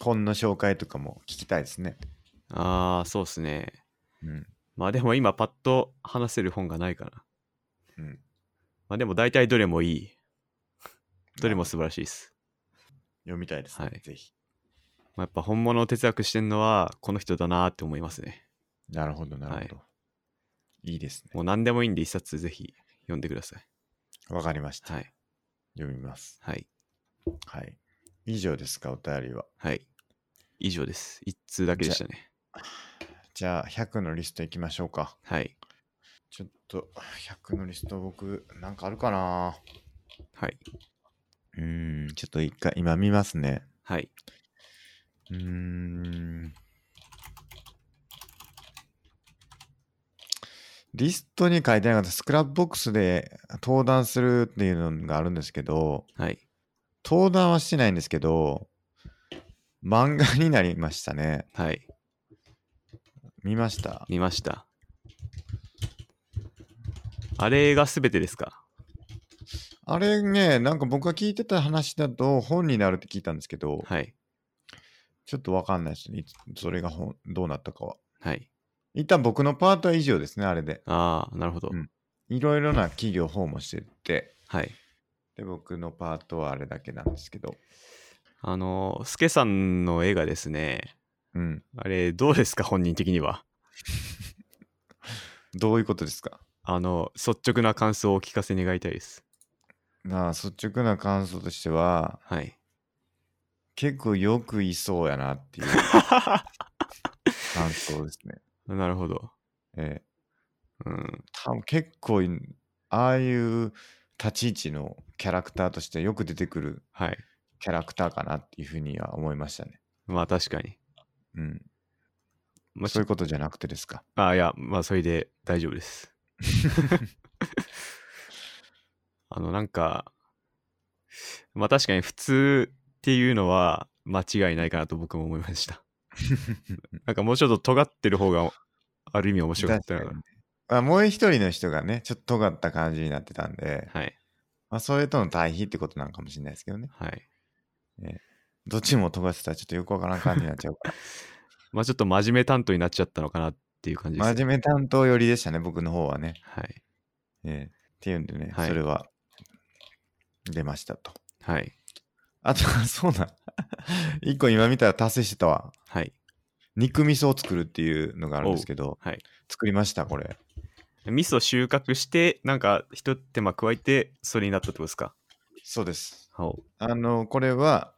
Speaker 1: 本の紹介とかも聞きたいですね。
Speaker 2: ああ、そうですね。
Speaker 1: うん。
Speaker 2: まあでも今パッと話せる本がないかな。
Speaker 1: うん。
Speaker 2: まあでも大体どれもいい。どれも素晴らしいです。
Speaker 1: 読みたいですね。
Speaker 2: はい
Speaker 1: ぜひ。
Speaker 2: まあ、やっぱ本物を哲学してんのはこの人だなって思いますね。
Speaker 1: なるほど、なるほど。い、いですね。
Speaker 2: もう何でもいいんで一冊ぜひ読んでください。
Speaker 1: わかりました。
Speaker 2: はい。
Speaker 1: 読みます。
Speaker 2: はい。
Speaker 1: はい。以上ですか、お便りは。
Speaker 2: はい。以上です。一通だけでしたね。
Speaker 1: じゃあ、100のリストいきましょうか。
Speaker 2: はい。
Speaker 1: ちょっと、100のリスト僕、なんかあるかな
Speaker 2: はい。
Speaker 1: うーん、ちょっと一回、今見ますね。
Speaker 2: はい。
Speaker 1: うーん。リストに書いてなかったスクラップボックスで登壇するっていうのがあるんですけど、
Speaker 2: はい。
Speaker 1: 登壇はしてないんですけど、漫画になりましたね。
Speaker 2: はい。
Speaker 1: 見ました。
Speaker 2: 見ました。あれが全てですか
Speaker 1: あれね、なんか僕が聞いてた話だと本になるって聞いたんですけど、
Speaker 2: はい。
Speaker 1: ちょっとわかんないですね。いつそれが本どうなったかは。
Speaker 2: はい。
Speaker 1: 一旦僕のパートは以上ですね、あれで。
Speaker 2: ああ、なるほど。
Speaker 1: うんいろいろな企業訪問してって、
Speaker 2: はい。
Speaker 1: で、僕のパートはあれだけなんですけど。
Speaker 2: あの、スケさんの絵がですね、
Speaker 1: うん。
Speaker 2: あれ、どうですか本人的には。
Speaker 1: どういうことですか
Speaker 2: あの、率直な感想をお聞かせ願いたいです。
Speaker 1: なあ、率直な感想としては、 (laughs)
Speaker 2: はい。
Speaker 1: 結構よくいそうやなっていう感想ですね。
Speaker 2: なるほど。
Speaker 1: ええ
Speaker 2: うん。
Speaker 1: 多分結構い、ああいう立ち位置のキャラクターとしてよく出てくる
Speaker 2: はい。
Speaker 1: キャラクターかなっていうふうには思いましたね。
Speaker 2: まあ確かに。
Speaker 1: うん。
Speaker 2: まあ、
Speaker 1: そういうことじゃなくてですか。
Speaker 2: ああ、いや、まあそれで大丈夫です。あの、なんか、まあ確かに普通っていうのは間違いないかなと僕も思いました。
Speaker 1: (laughs)
Speaker 2: なんかもうちょっと尖ってる方がある意味面白かった
Speaker 1: 確か
Speaker 2: な
Speaker 1: に。あもう一人の人がね、ちょっと尖った感じになってたんで、
Speaker 2: はい。
Speaker 1: まあ、それとの対比ってことなんかもしれないですけどね。
Speaker 2: はい。
Speaker 1: どっちも尖ってたらちょっとよくわからん感じになっちゃう
Speaker 2: (laughs)
Speaker 1: から。
Speaker 2: まあちょっと真面目担当になっちゃったのかなっていう感じです。
Speaker 1: 真面目担当寄りでしたね、僕の方はね。
Speaker 2: はい。
Speaker 1: ええっていうんでね、
Speaker 2: はい
Speaker 1: それは出ましたと。
Speaker 2: はい。
Speaker 1: あと、そうだ。 (laughs) 一個今見たら達成してたわ。
Speaker 2: はい。
Speaker 1: 肉味噌を作るっていうのがあるんですけど、
Speaker 2: はい。
Speaker 1: 作りました、これ。
Speaker 2: 味噌収穫して、なんか一手間加えて、それになったってことですか
Speaker 1: そうです。
Speaker 2: はい。
Speaker 1: あの、これは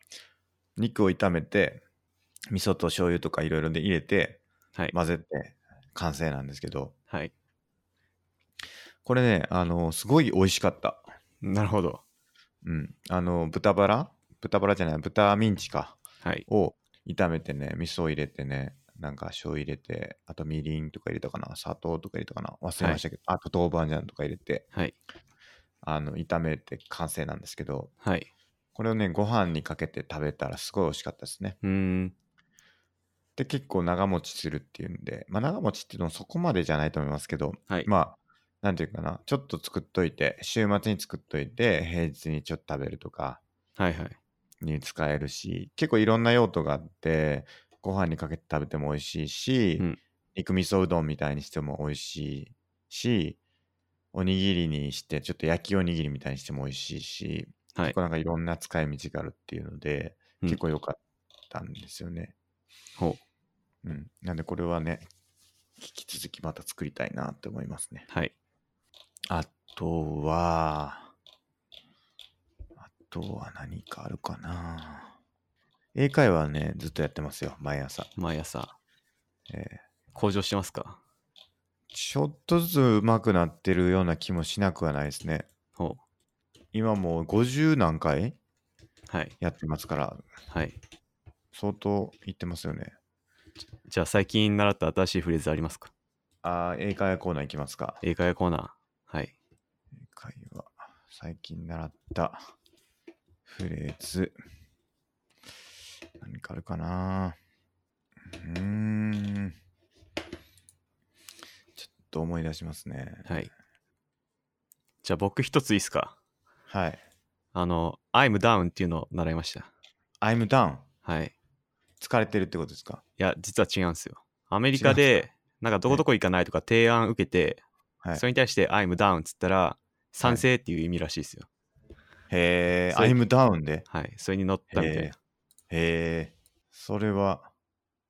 Speaker 1: 肉を炒めて、味噌と醤油とかいろいろで入れて、
Speaker 2: はい。
Speaker 1: 混ぜて完成なんですけど、
Speaker 2: はい。
Speaker 1: これね、あの、すごい美味しかった。
Speaker 2: なるほど。
Speaker 1: うん。あの、豚バラ豚バラじゃない、豚ミンチか。
Speaker 2: はい。
Speaker 1: を炒めてね、味噌を入れてね、なんか醤油入れて、あとみりんとか入れたかな、砂糖とか入れたかな、忘れましたけど、あと豆板醤とか入れて、
Speaker 2: はい。
Speaker 1: あの、炒めて完成なんですけど、
Speaker 2: はい。
Speaker 1: これをね、ご飯にかけて食べたらすごい美味しかったですね。
Speaker 2: うーん。
Speaker 1: で、結構長持ちするっていうんで、まあ長持ちっていうのはそこまでじゃないと思いますけど、
Speaker 2: はい。
Speaker 1: まあ、なんていうかな、ちょっと作っといて、週末に作っといて、平日にちょっと食べるとか、
Speaker 2: はいはい。
Speaker 1: に使えるし結構いろんな用途があってご飯にかけて食べても美味しいし、
Speaker 2: うん
Speaker 1: 肉味噌うどんみたいにしても美味しいしおにぎりにしてちょっと焼きおにぎりみたいにしても美味しいし、
Speaker 2: はい
Speaker 1: 結構なんかいろんな使い道があるっていうので、
Speaker 2: うん
Speaker 1: 結構良かったんですよね。
Speaker 2: ほう。
Speaker 1: うん、なんでこれはね引き続きまた作りたいなって思いますね。
Speaker 2: はい。
Speaker 1: あとは、あとは何かあるかな。英会話はね、ずっとやってますよ、毎朝。
Speaker 2: 毎朝、
Speaker 1: え
Speaker 2: 向上してますか
Speaker 1: ーちょっとずつ上手くなってるような気もしなくはないですね。
Speaker 2: ほ
Speaker 1: 今もう50何回
Speaker 2: う。はい。
Speaker 1: やってますから、
Speaker 2: はい。
Speaker 1: 相当いってますよね。
Speaker 2: じゃあ最近習った新しいフレーズありますか
Speaker 1: あー英会話コーナーいきますか。
Speaker 2: 英会話コーナー。はい。
Speaker 1: 英会話、最近習ったフレーズ。何かあるかなうーん。ちょっと思い出しますね。
Speaker 2: はい。じゃあ僕一ついいっすか
Speaker 1: はい。
Speaker 2: あの、I'm down っていうのを習いました。
Speaker 1: I'm down。
Speaker 2: はい。
Speaker 1: 疲れてるってことですか
Speaker 2: いや、実は違うんですよ。アメリカで、なんかどこどこ行かないとか提案受けて、
Speaker 1: はい
Speaker 2: それに対して I'm down っつったら、賛成っていう意味らしいですよ。
Speaker 1: へえ、
Speaker 2: そう
Speaker 1: I'm down で。
Speaker 2: はい。それに乗ったみたい
Speaker 1: へー。
Speaker 2: な
Speaker 1: へえ、それは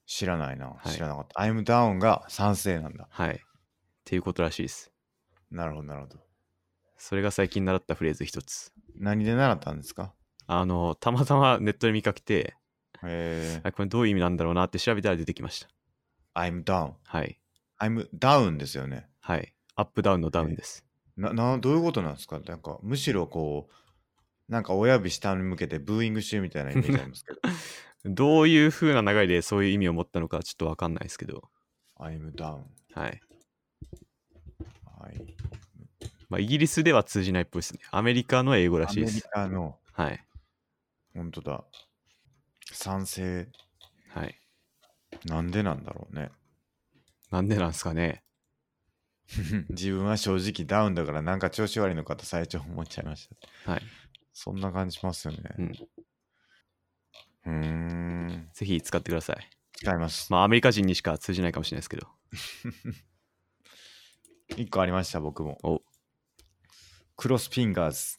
Speaker 1: 知らないな。
Speaker 2: い
Speaker 1: 知らなかった。I'm down が賛成なんだ。
Speaker 2: はい。っていうことらしいです。
Speaker 1: なるほど、なるほど。
Speaker 2: それが最近習ったフレーズ一つ。
Speaker 1: 何で習ったんですか
Speaker 2: あの、たまたまネットで見かけて、
Speaker 1: へえ、
Speaker 2: あこれどういう意味なんだろうなって調べたら出てきました。
Speaker 1: I'm down。
Speaker 2: はい。
Speaker 1: I'm down ですよね。
Speaker 2: はい。アップダウンのダウンです。
Speaker 1: な、な、どういうことなんですかなんか、むしろこう、なんか親指下に向けてブーイングしてるみたいなイメージありますけ
Speaker 2: (laughs)
Speaker 1: ど。
Speaker 2: どういう風な流れでそういう意味を持ったのかちょっとわかんないですけど、
Speaker 1: I'm down。
Speaker 2: はい。
Speaker 1: はい。
Speaker 2: まあ、イギリスでは通じないっぽいですね。アメリカの英語ら
Speaker 1: ア
Speaker 2: しい
Speaker 1: メ
Speaker 2: で
Speaker 1: リ
Speaker 2: す。
Speaker 1: カの、
Speaker 2: はい。
Speaker 1: 本当だ。賛成、
Speaker 2: はい。
Speaker 1: なんでなんだろうね。 (laughs)
Speaker 2: なんでなんですかね。
Speaker 1: 自分は正直ダウンだからなんか調子悪いのかと最初思っちゃいました。
Speaker 2: はい。
Speaker 1: そんな感じしますよね。うーん。
Speaker 2: ぜひ使ってください。
Speaker 1: 使います。
Speaker 2: まあ、アメリカ人にしか通じないかもしれないですけど。
Speaker 1: 一個ありました、僕も。
Speaker 2: お
Speaker 1: クロスフィンガーズ。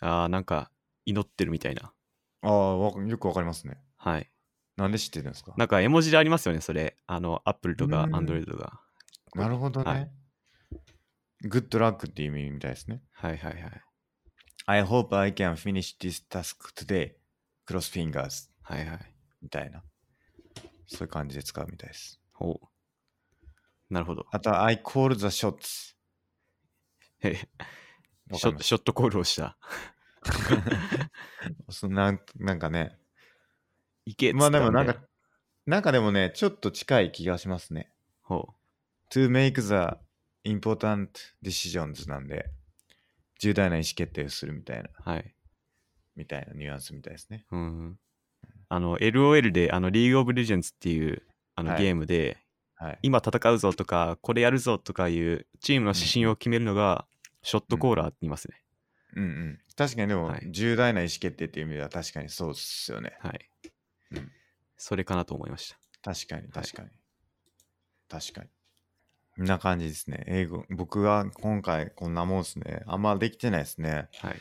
Speaker 2: ああ、なんか、祈ってるみたいな。
Speaker 1: ああ、わよくわかりますね。
Speaker 2: はい。
Speaker 1: なんで知ってるんですか
Speaker 2: なんか、絵文字でありますよね、それ。あの、アップルとか
Speaker 1: う、ん
Speaker 2: アンドロイドとか。
Speaker 1: なるほどね。
Speaker 2: はい
Speaker 1: グッドラックっていう意味みたいですね。
Speaker 2: はいはいはい。
Speaker 1: I hope I can finish this task today. クロスフィンガーズ。
Speaker 2: はいはい。
Speaker 1: みたいな。そういう感じで使うみたいです。
Speaker 2: おなるほど。
Speaker 1: あとは I call the shots.
Speaker 2: へへ
Speaker 1: わ
Speaker 2: シ
Speaker 1: かり
Speaker 2: ョ
Speaker 1: ます
Speaker 2: ショットコールをした。
Speaker 1: そんなんなんかね。
Speaker 2: いけっつった
Speaker 1: まあでも
Speaker 2: みた
Speaker 1: ないんか、なんかでもね、ちょっと近い気がしますね。
Speaker 2: ほ
Speaker 1: to make the important decisions なんで、重大な意思決定をするみたいな、
Speaker 2: う。はい。
Speaker 1: みたいなニュアンスみたいですね。
Speaker 2: うん。あの、LOL で、あの、リーグオブレジェンズっていう、あの、
Speaker 1: はい
Speaker 2: ゲームで、
Speaker 1: はい。
Speaker 2: 今戦うぞとか、これやるぞとかいう、チームの指針を決めるのが、ショットコーラーって言いますね。
Speaker 1: うんうん。確かにでも、
Speaker 2: はい
Speaker 1: 重大な意思決定っていう意味では確かにそうですよね。
Speaker 2: はい
Speaker 1: うん。
Speaker 2: それかなと思いました。
Speaker 1: 確かに確かに。確かに。こんな感じですね。英語、僕は今回こんなもんですね。あんまできてないですね。
Speaker 2: はい。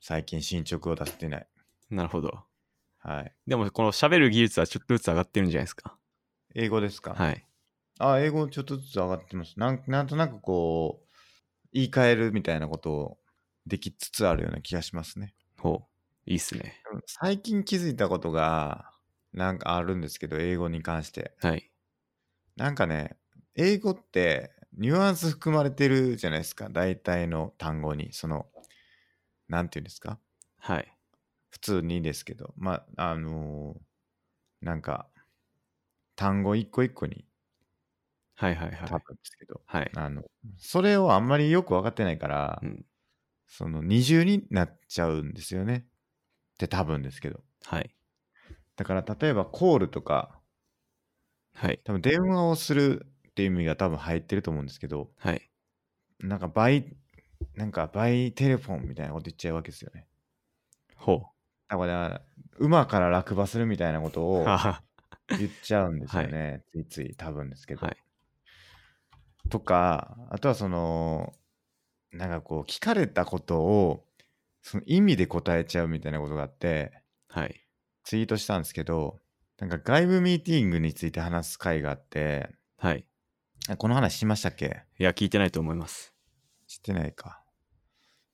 Speaker 1: 最近進捗を出せてない。
Speaker 2: なるほど。
Speaker 1: はい。
Speaker 2: でも、この喋る技術はちょっとずつ上がってるんじゃないですか。
Speaker 1: 英語ですか
Speaker 2: はい。
Speaker 1: あ、英語ちょっとずつ上がってます。なんなんとなくこう、言い換えるみたいなことをできつつあるような気がしますね。
Speaker 2: ほう。いいっすね。
Speaker 1: 最近気づいたことが、なんかあるんですけど、英語に関して。
Speaker 2: はい。
Speaker 1: なんかね、英語ってニュアンス含まれてるじゃないですか。大体の単語に。その、なんていうんですか
Speaker 2: はい。
Speaker 1: 普通にですけど、まあ、あのーなんか、単語一個一個に
Speaker 2: はいはいは
Speaker 1: 多
Speaker 2: い。
Speaker 1: 分ですけど、
Speaker 2: はい。
Speaker 1: あの、それをあんまりよく分かってないから、
Speaker 2: うん。
Speaker 1: その二重になっちゃうんですよね。って多分ですけど。
Speaker 2: はい。
Speaker 1: だから例えばコールとか、
Speaker 2: はい。
Speaker 1: 多分電話をするっていう意味が多分入ってると思うんですけど、
Speaker 2: はい。
Speaker 1: なんか倍、なんか倍テレフォンみたいなこと言っちゃうわけですよね。
Speaker 2: ほ
Speaker 1: だから、馬から落馬するみたいなこと
Speaker 2: う。
Speaker 1: を
Speaker 2: (laughs) はは
Speaker 1: 言っちゃうんですよね。ついつい多分ですけど。
Speaker 2: はい。
Speaker 1: とか、あとはその、なんかこう、聞かれたことを、その意味で答えちゃうみたいなことがあって、
Speaker 2: はい。
Speaker 1: ツイートしたんですけど、なんか外部ミーティングについて話す会があって、
Speaker 2: はい。
Speaker 1: あこの話しましたっけ
Speaker 2: いや、聞いてないと思います。
Speaker 1: してないか。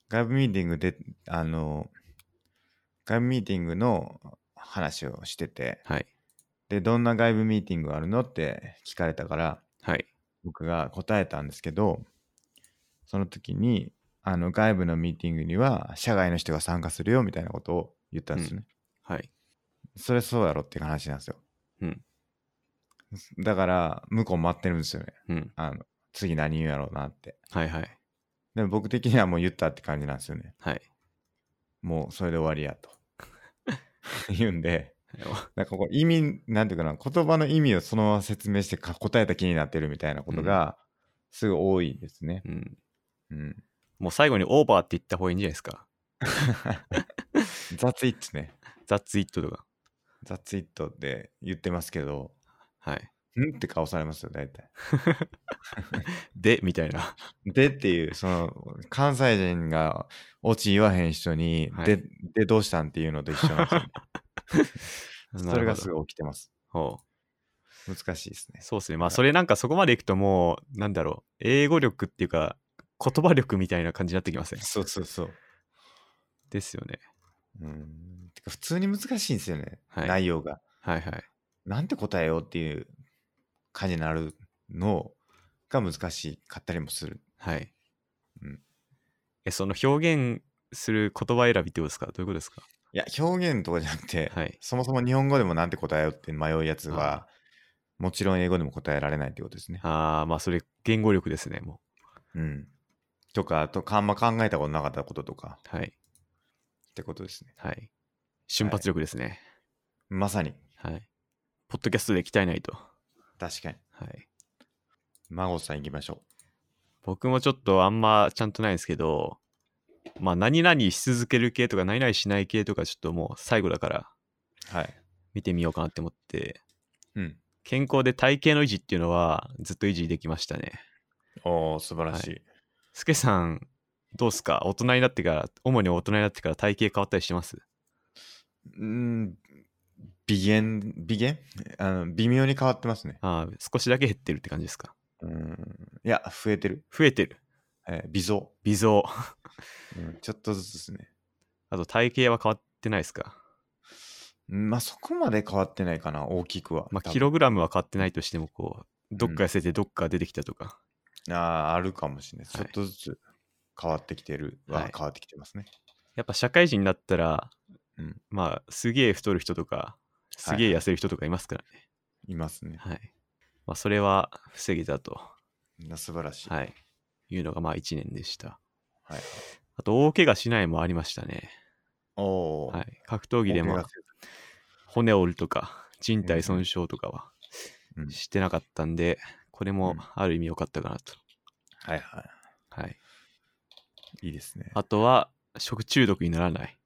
Speaker 1: 外部ミーティングで、あの、外部ミーティングの話をしてて、
Speaker 2: はい。
Speaker 1: で、どんな外部ミーティングがあるのって聞かれたから、
Speaker 2: はい。
Speaker 1: 僕が答えたんですけど、その時に、あの、外部のミーティングには、社外の人が参加するよみたいなことを言ったんですね。
Speaker 2: はい。
Speaker 1: それそうやろっていう話なんですよ。
Speaker 2: うん
Speaker 1: だから、向こう待ってるんですよね。
Speaker 2: うん。
Speaker 1: あの、次何言うやろうなって。
Speaker 2: はいはい。
Speaker 1: でも僕的にはもう言ったって感じなんですよね。
Speaker 2: はい。 (laughs)
Speaker 1: もうそれで終わりやと。 (laughs) 言うんで、なんかこう意味、なんていうかな、言葉の意味をそのまま説明してか答えた気になってるみたいなことが、すごい多いですね。
Speaker 2: うん。 (laughs)
Speaker 1: うん。
Speaker 2: もう最後にオーバーって言った方がいいんじゃないですか。
Speaker 1: 雑いっちね。
Speaker 2: ザッツイットとか。
Speaker 1: That's it って言ってますけど、
Speaker 2: はい。
Speaker 1: んって顔されますよ、大体。
Speaker 2: で、みたいな。 (laughs)
Speaker 1: でっていう、その、関西人がオチ言わへん人に、
Speaker 2: はい
Speaker 1: で、で、どうしたんっていうのと一緒なん
Speaker 2: (laughs)
Speaker 1: ですよ。それがす
Speaker 2: い。
Speaker 1: ごい起きてます。
Speaker 2: ほう
Speaker 1: 難しいですね。
Speaker 2: そうですね。まあ、それなんかそこまでいくともう、なんだろう、英語力っていうか、言葉力みたいな感じになってきません。
Speaker 1: そうそうそう。
Speaker 2: ですよね。
Speaker 1: うん。てか普通に難しいんですよね、
Speaker 2: はい
Speaker 1: 内容が。
Speaker 2: はいはい。
Speaker 1: なんて答えようっていう感じになるのが難しかったりもする。
Speaker 2: はい。
Speaker 1: うん
Speaker 2: え、その表現する言葉選びってことですかどういうことですか
Speaker 1: いや、表現とかじゃなくて、
Speaker 2: はい。
Speaker 1: そもそも日本語でもなんて答えようって迷うやつは、もちろん英語でも答えられないってことですね。
Speaker 2: ああ、まあ、それ、言語力ですね、も
Speaker 1: うん。とか、あとか、あんま考えたことなかったこととか
Speaker 2: う。はい。
Speaker 1: ってことですね。
Speaker 2: はい。瞬発力ですね。
Speaker 1: まさに、
Speaker 2: はい。ポッドキャストで鍛えないと。
Speaker 1: 確かに。
Speaker 2: はい。
Speaker 1: 孫さん行きましょ
Speaker 2: 僕もちょっとあんまちゃんとないんですけど、まあ、何々し続ける系とか、何々しない系とか、ちょっともう最後だから、
Speaker 1: う。はい。
Speaker 2: 見てみようかなって思って、
Speaker 1: うん。
Speaker 2: 健康で体型の維持っていうのは、ずっと維持できましたね。
Speaker 1: おー、素晴らしい。
Speaker 2: すけさん、どうっすか大人になってから、主に大人になってから体型変わったりしてます
Speaker 1: うん、微減、微減あの微妙に変わってますね。
Speaker 2: ああ、少しだけ減ってるって感じですか
Speaker 1: うん。いや、増えてる。
Speaker 2: 増えてる。
Speaker 1: えー微増、
Speaker 2: 微増。
Speaker 1: うん。ちょっとずつですね。
Speaker 2: あと体型は変わってないですか
Speaker 1: うんまあ、そこまで変わってないかな、大きくは。
Speaker 2: まあ、
Speaker 1: 多分
Speaker 2: キログラムは変わってないとしても、こう、どっか痩せてどっか出てきたとか。
Speaker 1: あーあるかもしれない。
Speaker 2: は
Speaker 1: ち
Speaker 2: い
Speaker 1: ょっとずつ変わってきてるは、
Speaker 2: はい
Speaker 1: 変わってきてますね。
Speaker 2: やっぱ社会人になったら、
Speaker 1: うん
Speaker 2: まあ、すげえ太る人とか、すげえ痩せる人とかいますからね。
Speaker 1: いますね。
Speaker 2: はい。まあ、それは防げたと、
Speaker 1: みんな素晴らしい。はい。
Speaker 2: はい。いうのが、まあ、1年でした。
Speaker 1: はい、
Speaker 2: あと、大怪我しないもありましたね。
Speaker 1: おー、
Speaker 2: はい。格闘技でも
Speaker 1: 大怪我、
Speaker 2: 骨折るとか、人体損傷とかは
Speaker 1: うん
Speaker 2: してなかったんで、これ
Speaker 1: う
Speaker 2: も
Speaker 1: ん
Speaker 2: ある意味良かったかなと。
Speaker 1: はいは
Speaker 2: はい。
Speaker 1: い。いいですね。
Speaker 2: あとは、食中毒にならない。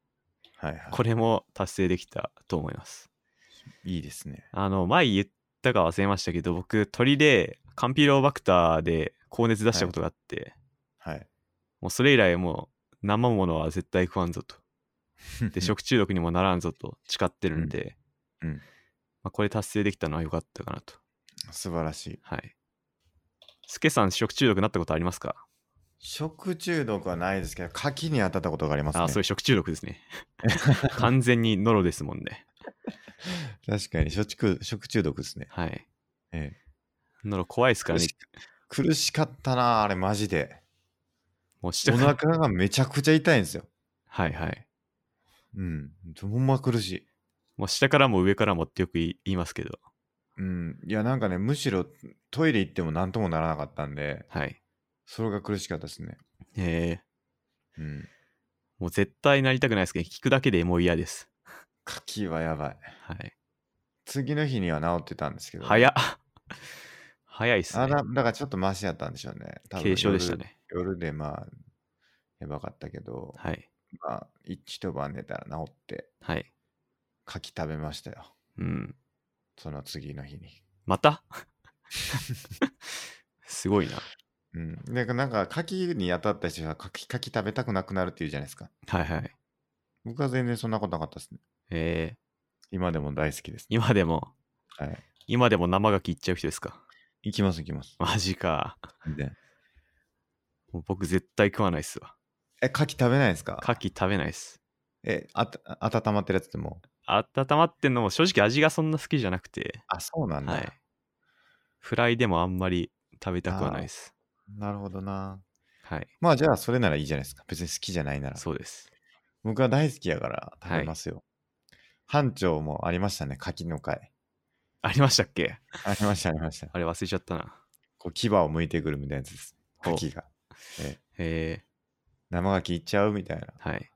Speaker 1: はいはい。
Speaker 2: これも達成できたと思います。
Speaker 1: いいですね。
Speaker 2: あの、前言ったか忘れましたけど、僕、鳥でカンピロバクターで高熱出したことがあって、
Speaker 1: はい。
Speaker 2: もうそれ以来もう生ものは絶対食わんぞと。で、食中毒にもならんぞと誓ってるんで、
Speaker 1: うんうん
Speaker 2: まあ、これ達成できたのは良かったかなと。
Speaker 1: (laughs) 素晴らしい。
Speaker 2: はい。スケさん、食中毒になったことありますか
Speaker 1: 食中毒はないですけど、牡蠣に当たったことがありますね。
Speaker 2: あ、それ食中毒で
Speaker 1: (laughs)
Speaker 2: すね。完全にノロですもんね。
Speaker 1: 確かに食中食中毒ですね。
Speaker 2: はい。
Speaker 1: ええ
Speaker 2: ノロ怖いですから
Speaker 1: 苦
Speaker 2: ね
Speaker 1: し。苦しかったな、あれ、マジ
Speaker 2: (laughs)
Speaker 1: で。
Speaker 2: もうしちゃ
Speaker 1: お腹がめちゃくちゃ痛いんですよ。
Speaker 2: はいはい。
Speaker 1: うん。ほんま苦しい。
Speaker 2: もう下からも上からもってよく言い言いますけど。
Speaker 1: うん。いや、なんかね、むしろトイレ行ってもなんともならなかったんで、
Speaker 2: はい。
Speaker 1: それが苦しかったですね。
Speaker 2: えー、
Speaker 1: うん。
Speaker 2: もう絶対なりたくないですけど、聞くだけでもう嫌です。
Speaker 1: 牡蠣はやばい。
Speaker 2: はい。
Speaker 1: 次の日には治ってたんですけど。
Speaker 2: 早っ。 (laughs) 早いっす
Speaker 1: あ
Speaker 2: ね
Speaker 1: だ。だからちょっとマシやったんでしょうね。多分
Speaker 2: 軽症でしたね。
Speaker 1: 夜。夜でまあ、やばかったけど、
Speaker 2: はい。
Speaker 1: まあ、一晩寝たら治って、
Speaker 2: はい。
Speaker 1: 牡蠣食べましたよ。
Speaker 2: うん。
Speaker 1: その次の日に。(laughs)
Speaker 2: またすごいな。
Speaker 1: うん。で、なんか、牡蠣に当たった人は、牡蠣、牡蠣食べたくなくなるっていうじゃないですか。
Speaker 2: はいはい。
Speaker 1: 僕は全然そんなことなかったですね。
Speaker 2: えー、
Speaker 1: 今でも大好きです。
Speaker 2: 今でも、
Speaker 1: はい。
Speaker 2: 今でも生ガキいっちゃう人ですか (laughs)
Speaker 1: 行きます、行きます。
Speaker 2: マジか。
Speaker 1: で
Speaker 2: もう僕絶対食わないっすわ。
Speaker 1: え、牡蠣食べないですか
Speaker 2: 牡蠣食べないっす。
Speaker 1: え、あた、温まってるやつでも。
Speaker 2: 温まってんのも正直味がそんな好きじゃなくて、
Speaker 1: あ、そうなんだ。
Speaker 2: はい。フライでもあんまり食べたくはないっす。
Speaker 1: なるほどな。
Speaker 2: はい。
Speaker 1: まあ、じゃあ、それならいいじゃないですか。別に好きじゃないなら。
Speaker 2: そうです。
Speaker 1: 僕は大好きやから食べますよ。班長もありましたね、牡蠣の
Speaker 2: (laughs)
Speaker 1: 会。
Speaker 2: ありましたっけ
Speaker 1: ありました、ありました。
Speaker 2: あれ忘れちゃったな。
Speaker 1: こう、牙を剥いてくるみたいなやつです。牡
Speaker 2: ほう
Speaker 1: 蠣が。
Speaker 2: え
Speaker 1: 生牡蠣いっちゃうみたいな。
Speaker 2: ー、はい。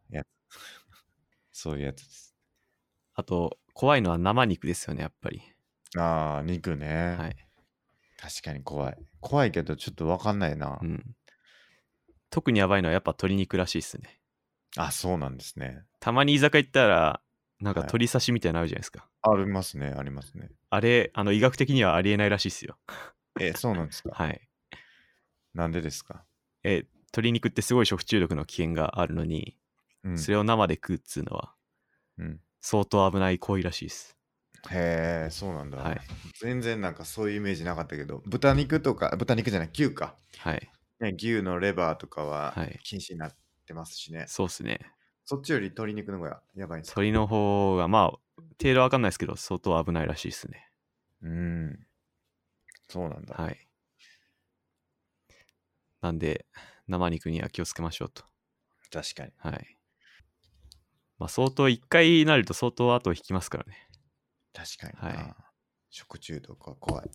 Speaker 1: そういうやつです。
Speaker 2: あと、怖いのは生肉ですよね、やっぱり。
Speaker 1: ああ、肉ね、
Speaker 2: はい。
Speaker 1: 確かに怖い。怖いけど、ちょっとわかんないな、
Speaker 2: うん。特にやばいのはやっぱ鶏肉らしいっすね。
Speaker 1: あ、そうなんですね。
Speaker 2: たまに居酒屋行ったら、なんか
Speaker 1: はい
Speaker 2: 鳥刺しみたいなのあるじゃないですか。
Speaker 1: ありますね、ありますね。
Speaker 2: あれ、あの医学的にはありえないらしいですよ。
Speaker 1: え、そうなんですか
Speaker 2: はい。
Speaker 1: なんでですか、
Speaker 2: え、鶏肉ってすごい食中毒の危険があるのに、
Speaker 1: うん、
Speaker 2: それを生で食うっつうのは
Speaker 1: うん、
Speaker 2: 相当危ない行為らしいです。
Speaker 1: へえ、そうなんだ、
Speaker 2: はい。
Speaker 1: 全然なんかそういうイメージなかったけど、豚肉とか、豚肉じゃない、牛か。
Speaker 2: はい。
Speaker 1: ね、牛のレバーとかは
Speaker 2: はい
Speaker 1: 禁止になってますしね。
Speaker 2: そうですね。
Speaker 1: そっちより鶏肉の方がやばいんですか
Speaker 2: 鳥の方が、まあ、程度はわかんないですけど、相当危ないらしいですね。
Speaker 1: うん。そうなんだ。
Speaker 2: はい。なんで、生肉には気をつけましょうと。
Speaker 1: 確かに。
Speaker 2: はい。まあ、相当、一回なると相当後を引きますからね。
Speaker 1: 確か
Speaker 2: は
Speaker 1: に
Speaker 2: い
Speaker 1: な。食中毒は怖い。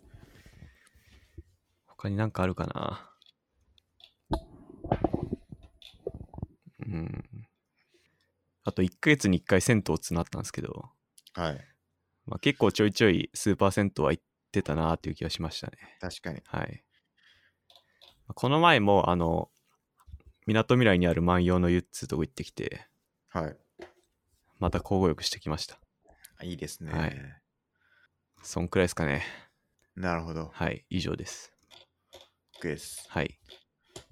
Speaker 2: 他になんかあるかなうん。あと、1ヶ月に1回銭湯っつうのあったんですけど、
Speaker 1: はい。
Speaker 2: まあ、結構ちょいちょいスーパー銭湯は行ってたなっていう気がしましたね。
Speaker 1: 確かに。
Speaker 2: はい。この前も、あの、みなとみらいにある万葉の湯っつうとこ行ってきて、
Speaker 1: は
Speaker 2: また交互浴してきました。
Speaker 1: い。いいですね。
Speaker 2: はいそんくらいですかね。
Speaker 1: なるほど。
Speaker 2: はい、以上です。
Speaker 1: クエス。
Speaker 2: はい。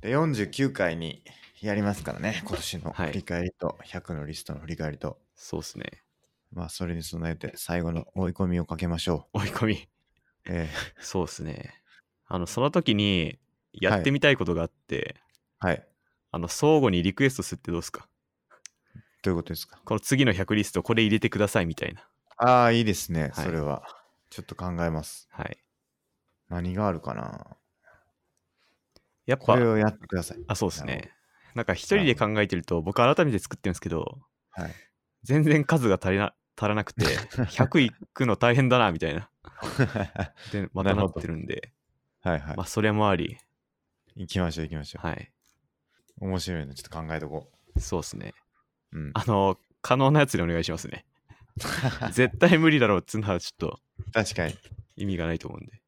Speaker 1: で、49回にやりますからね。今年の
Speaker 2: はい
Speaker 1: 振り返りと、100のリストの振り返りと。
Speaker 2: そうっすね。 (laughs)
Speaker 1: まあ、それに備えて、最後の追い込みをかけましょ
Speaker 2: 追い込み。
Speaker 1: う。え
Speaker 2: そうっすね。あの、その時に、やってみたいことがあって、
Speaker 1: ーはい。
Speaker 2: あの、相互にリクエストするってどうですか
Speaker 1: どういうことですか
Speaker 2: この次の100リスト、これ入れてくださいみたいな。
Speaker 1: ああ、いいですね。
Speaker 2: はい
Speaker 1: それは。ちょっと考えます。
Speaker 2: はい。
Speaker 1: 何があるかな
Speaker 2: やっ
Speaker 1: こ
Speaker 2: ぱ
Speaker 1: れ、をやってください。 (laughs)
Speaker 2: あ、そうです
Speaker 1: なる
Speaker 2: ね。なんか一人で考えてると、僕改めて作ってるんですけど、
Speaker 1: はい
Speaker 2: 全然数が足りな足ら
Speaker 1: (laughs)
Speaker 2: なくて、100いくの大変だな、みたいな。で、ま
Speaker 1: なる
Speaker 2: たな
Speaker 1: ほど
Speaker 2: ってるんで、
Speaker 1: はいはい
Speaker 2: まあ、。それもあり、
Speaker 1: 行きましょう行きましょ
Speaker 2: はい。
Speaker 1: う。面白いのちょっと考えとこ
Speaker 2: そうですね。
Speaker 1: う。うん。
Speaker 2: あの、可能なやつでお願いしますね。絶対無理だろうっつうのは、ちょっと
Speaker 1: 確かに
Speaker 2: 意味がないと思うんで。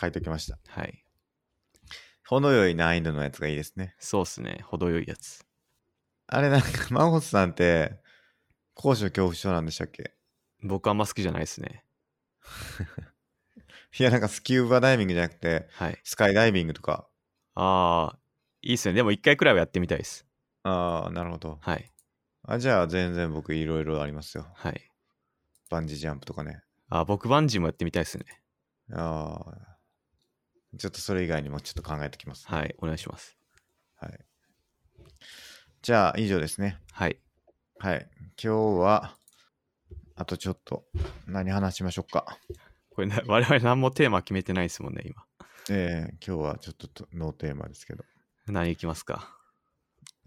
Speaker 1: 書いときました。
Speaker 2: はい。
Speaker 1: 程よい難易度のやつがいいですね。
Speaker 2: そうですね。程よいやつ。
Speaker 1: あれなんか、マンホスさんって、高所恐怖症なんでしたっけ
Speaker 2: 僕あんま好きじゃないですね。
Speaker 1: いや、なんかスキューバダイビングじゃなくて、
Speaker 2: はい。
Speaker 1: スカイダイビングとか。
Speaker 2: ああ、いいっすね。でも一回くらいはやってみたいです。
Speaker 1: ああ、なるほど。
Speaker 2: はい。
Speaker 1: あじゃあ、全然僕いろいろありますよ。
Speaker 2: はい。
Speaker 1: バンジージャンプとかね。
Speaker 2: あー僕バンジーもやってみたいですね。
Speaker 1: ああ。ちょっとそれ以外にもちょっと考えてきます。
Speaker 2: はい。お願いします。
Speaker 1: はい。じゃあ、以上ですね。
Speaker 2: はい。
Speaker 1: はい。今日は、あとちょっと、何話しましょうか。
Speaker 2: これな、我々何もテーマ決めてないですもんね、今。
Speaker 1: えー、今日はちょっととノーテーマですけど。
Speaker 2: 何いきますか。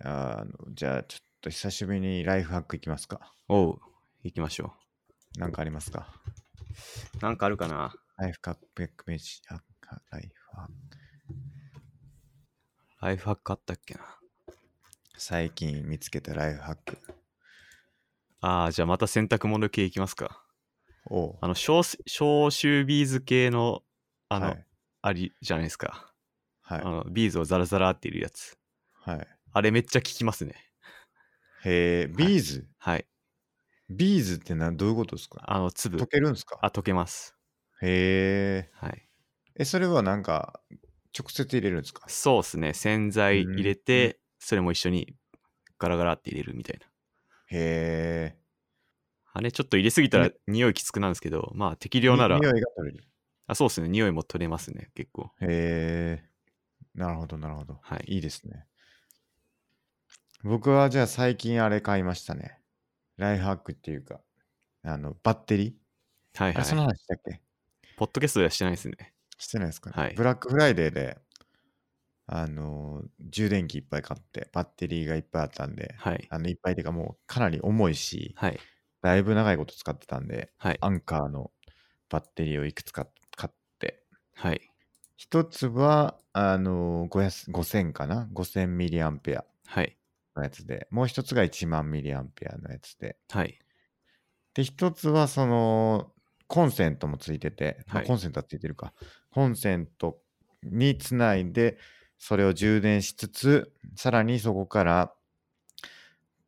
Speaker 1: あのじゃあ、ちょっと久しぶりにライフハックいきますか。
Speaker 2: おう、行きましょ
Speaker 1: なんかありますか
Speaker 2: う。なんかあるかな
Speaker 1: ライフハックペックメジハッカライフハック。
Speaker 2: ライフハックあったっけな。
Speaker 1: 最近見つけたライフハック。
Speaker 2: ああ、じゃあまた洗濯物系いきますか。
Speaker 1: おう
Speaker 2: あの、消す消臭ビーズ系の、あの、
Speaker 1: はい。
Speaker 2: ありじゃないですか。
Speaker 1: はい
Speaker 2: あ。の、ビーズをザラザラっているやつ。
Speaker 1: はい、
Speaker 2: あれめっちゃ効きますね。
Speaker 1: へえ、ビーズ、
Speaker 2: はい。
Speaker 1: ビーズってなどういうことですか
Speaker 2: あの、粒
Speaker 1: 溶。けるんですか
Speaker 2: あ、溶けます。
Speaker 1: へえ。
Speaker 2: はい。
Speaker 1: え、それはなんか、直接入れるんですか
Speaker 2: そうですね。洗剤入れて、それも一緒にガラガラって入れるみたいな。
Speaker 1: へえ。
Speaker 2: あれちょっと入れすぎたら
Speaker 1: ね
Speaker 2: 匂いきつくなるんですけど、まあ適量
Speaker 1: に
Speaker 2: なら
Speaker 1: 匂、いが取れる。
Speaker 2: あ、そうですね。匂いも取れますね、結構。
Speaker 1: へえ。なるほど、なるほど。
Speaker 2: はい
Speaker 1: いいですね。僕はじゃあ最近あれ買いましたね。ライフハックっていうか、あの、バッテリー。
Speaker 2: はい
Speaker 1: あ
Speaker 2: は
Speaker 1: れ、その
Speaker 2: い。
Speaker 1: 話したっけ
Speaker 2: ポッドキャストではしてないですね。
Speaker 1: してないですかね、
Speaker 2: はい
Speaker 1: ブラックフライデーで、あのー、充電器いっぱい買って、バッテリーがいっぱいあったんで、
Speaker 2: はい。
Speaker 1: あの、いっぱいてかもうかなり重いし、
Speaker 2: はい。
Speaker 1: だいぶ長いこと使ってたんで、
Speaker 2: はい。
Speaker 1: アンカーのバッテリーをいくつか買って、
Speaker 2: はい。
Speaker 1: 一つは、あのー、5000かな ?5000 ミリアンペア
Speaker 2: はい。
Speaker 1: のやつで、もう一つが1万ミリアンペアのやつで、
Speaker 2: はい。
Speaker 1: で、一つはその、コンセントもついてて、まあ
Speaker 2: はい
Speaker 1: コンセントはついてるか。コンセントにつないで、それを充電しつつ、さらにそこから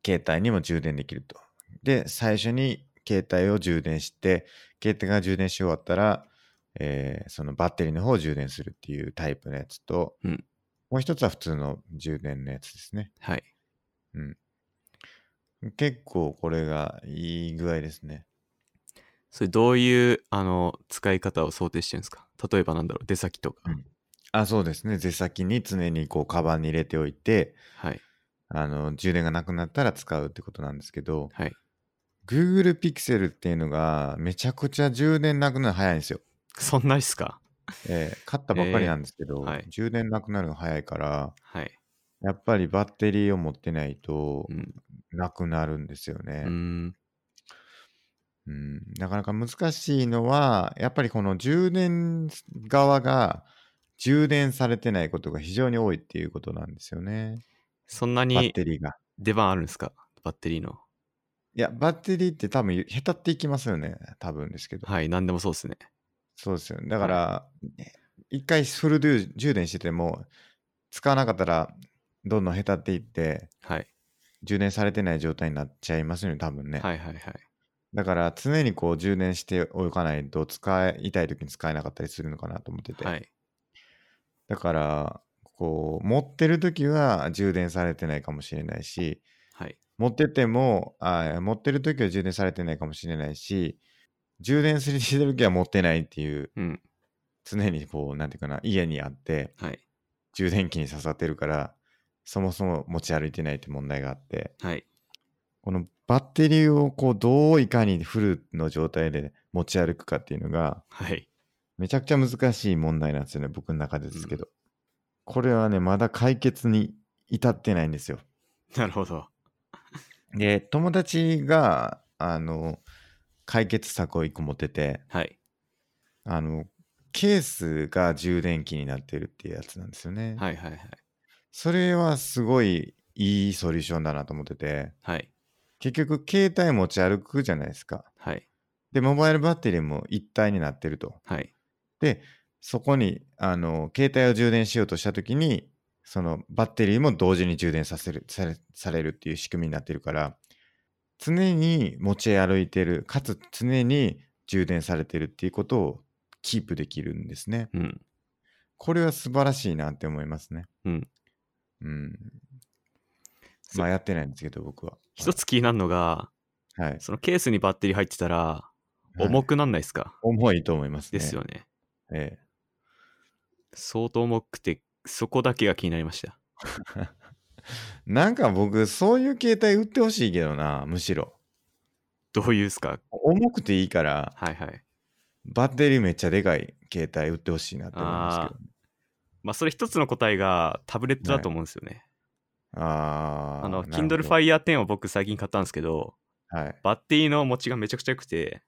Speaker 1: 携帯にも充電できると。で、最初に携帯を充電して、携帯が充電し終わったら、えーそのバッテリーの方を充電するっていうタイプのやつと、
Speaker 2: うん
Speaker 1: もう一つは普通の充電のやつですね。
Speaker 2: はい。
Speaker 1: 結構これがいい具合ですね。
Speaker 2: それどういう、あの、使い方を想定してるんですか例えばなんだろう、出先とか。
Speaker 1: うんあ、そうですね。出先に常にこう、カバンに入れておいて、
Speaker 2: はい。
Speaker 1: あの、充電がなくなったら使うってことなんですけど、
Speaker 2: はい。
Speaker 1: Google Pixel っていうのがめちゃくちゃ充電なくなるの早いんですよ。
Speaker 2: そんなにっすか
Speaker 1: えー買ったばっかりなんですけど、
Speaker 2: えーはい
Speaker 1: 充電なくなるの早いから、
Speaker 2: はい。
Speaker 1: やっぱりバッテリーを持ってないと
Speaker 2: うん。
Speaker 1: なくなるんですよね
Speaker 2: う。ん。
Speaker 1: うんなかなか難しいのは、やっぱりこの充電側が充電されてないことが非常に多いっていうことなんですよね。
Speaker 2: そん
Speaker 1: バ
Speaker 2: な
Speaker 1: ッ
Speaker 2: に
Speaker 1: テリーが。
Speaker 2: 出番あるんですかバッテリーの。
Speaker 1: いや、バッテリーって多分、へたっていきますよね。多分ですけど。
Speaker 2: はい。何でもそうですね。
Speaker 1: そうですよね。だから、一回フル充充電してても、使わなかったら、どんどんへたっていって、
Speaker 2: はい。
Speaker 1: 充電されてない状態になっちゃいますよね、多分ね。
Speaker 2: はいはいはい。
Speaker 1: だから、常にこう充電しておかないと、使いたい時に使えなかったりするのかなと思ってて。
Speaker 2: はい。
Speaker 1: だから、こう、持ってる時は充電されてないかもしれないし、
Speaker 2: はい。
Speaker 1: 持ってても、あ持ってる時は充電されてないかもしれないし、充電するしてる時は持ってないっていう、
Speaker 2: うん。
Speaker 1: 常にこう、なんていうかな、家にあって、
Speaker 2: はい。
Speaker 1: 充電器に刺さってるからそもそも持ち歩いてないって問題があって
Speaker 2: はい。
Speaker 1: このバッテリーをこうどういかにフルの状態で持ち歩くかっていうのが
Speaker 2: はい。 (laughs)
Speaker 1: めちゃくちゃ難しい問題なんですよね僕の中でですけど、これはねまだ解決に至ってないんですよ
Speaker 2: なるほど。
Speaker 1: で友達があの解決策を一個持ってて
Speaker 2: はい。
Speaker 1: あのケースが充電器になってるっていうやつなんですよね、
Speaker 2: はいはいはい。
Speaker 1: それはすごいいいソリューションだなと思ってて
Speaker 2: はい。
Speaker 1: 結局携帯持ち歩くじゃないですか。
Speaker 2: はい。
Speaker 1: で、モバイルバッテリーも一体になってると。
Speaker 2: はい。
Speaker 1: で、そこに、あの、携帯を充電しようとしたときに、そのバッテリーも同時に充電させる、されされるっていう仕組みになってるから、常に持ち歩いてる、かつ常に充電されてるっていうことをキープできるんですね。
Speaker 2: うん。
Speaker 1: これは素晴らしいなって思いますね。
Speaker 2: うん。
Speaker 1: うん。
Speaker 2: そ
Speaker 1: まあやってないんですけど、僕は。
Speaker 2: 一つ気になるのが、
Speaker 1: はい。
Speaker 2: そのケースにバッテリー入ってたら、重
Speaker 1: く、
Speaker 2: くなんないですか
Speaker 1: 重いと思いますね。
Speaker 2: ですよね。
Speaker 1: ええ。
Speaker 2: 相当重くて、そこだけが気になりました。
Speaker 1: なんか僕、そういう携帯売ってほしいけどな、むしろ。
Speaker 2: どういうですか
Speaker 1: 重くていいから、
Speaker 2: はいはい。
Speaker 1: バッテリーめっちゃでかい携帯売ってほしいなって思いますけど。
Speaker 2: まあ、それ一つの答えがタブレットだと思うんですよね。
Speaker 1: あー
Speaker 2: あの、
Speaker 1: なる
Speaker 2: Kindle
Speaker 1: ほ
Speaker 2: Fire 10を僕最近買ったんですけど、
Speaker 1: どはい。
Speaker 2: バッテリーの持ちがめちゃくちゃ良くて、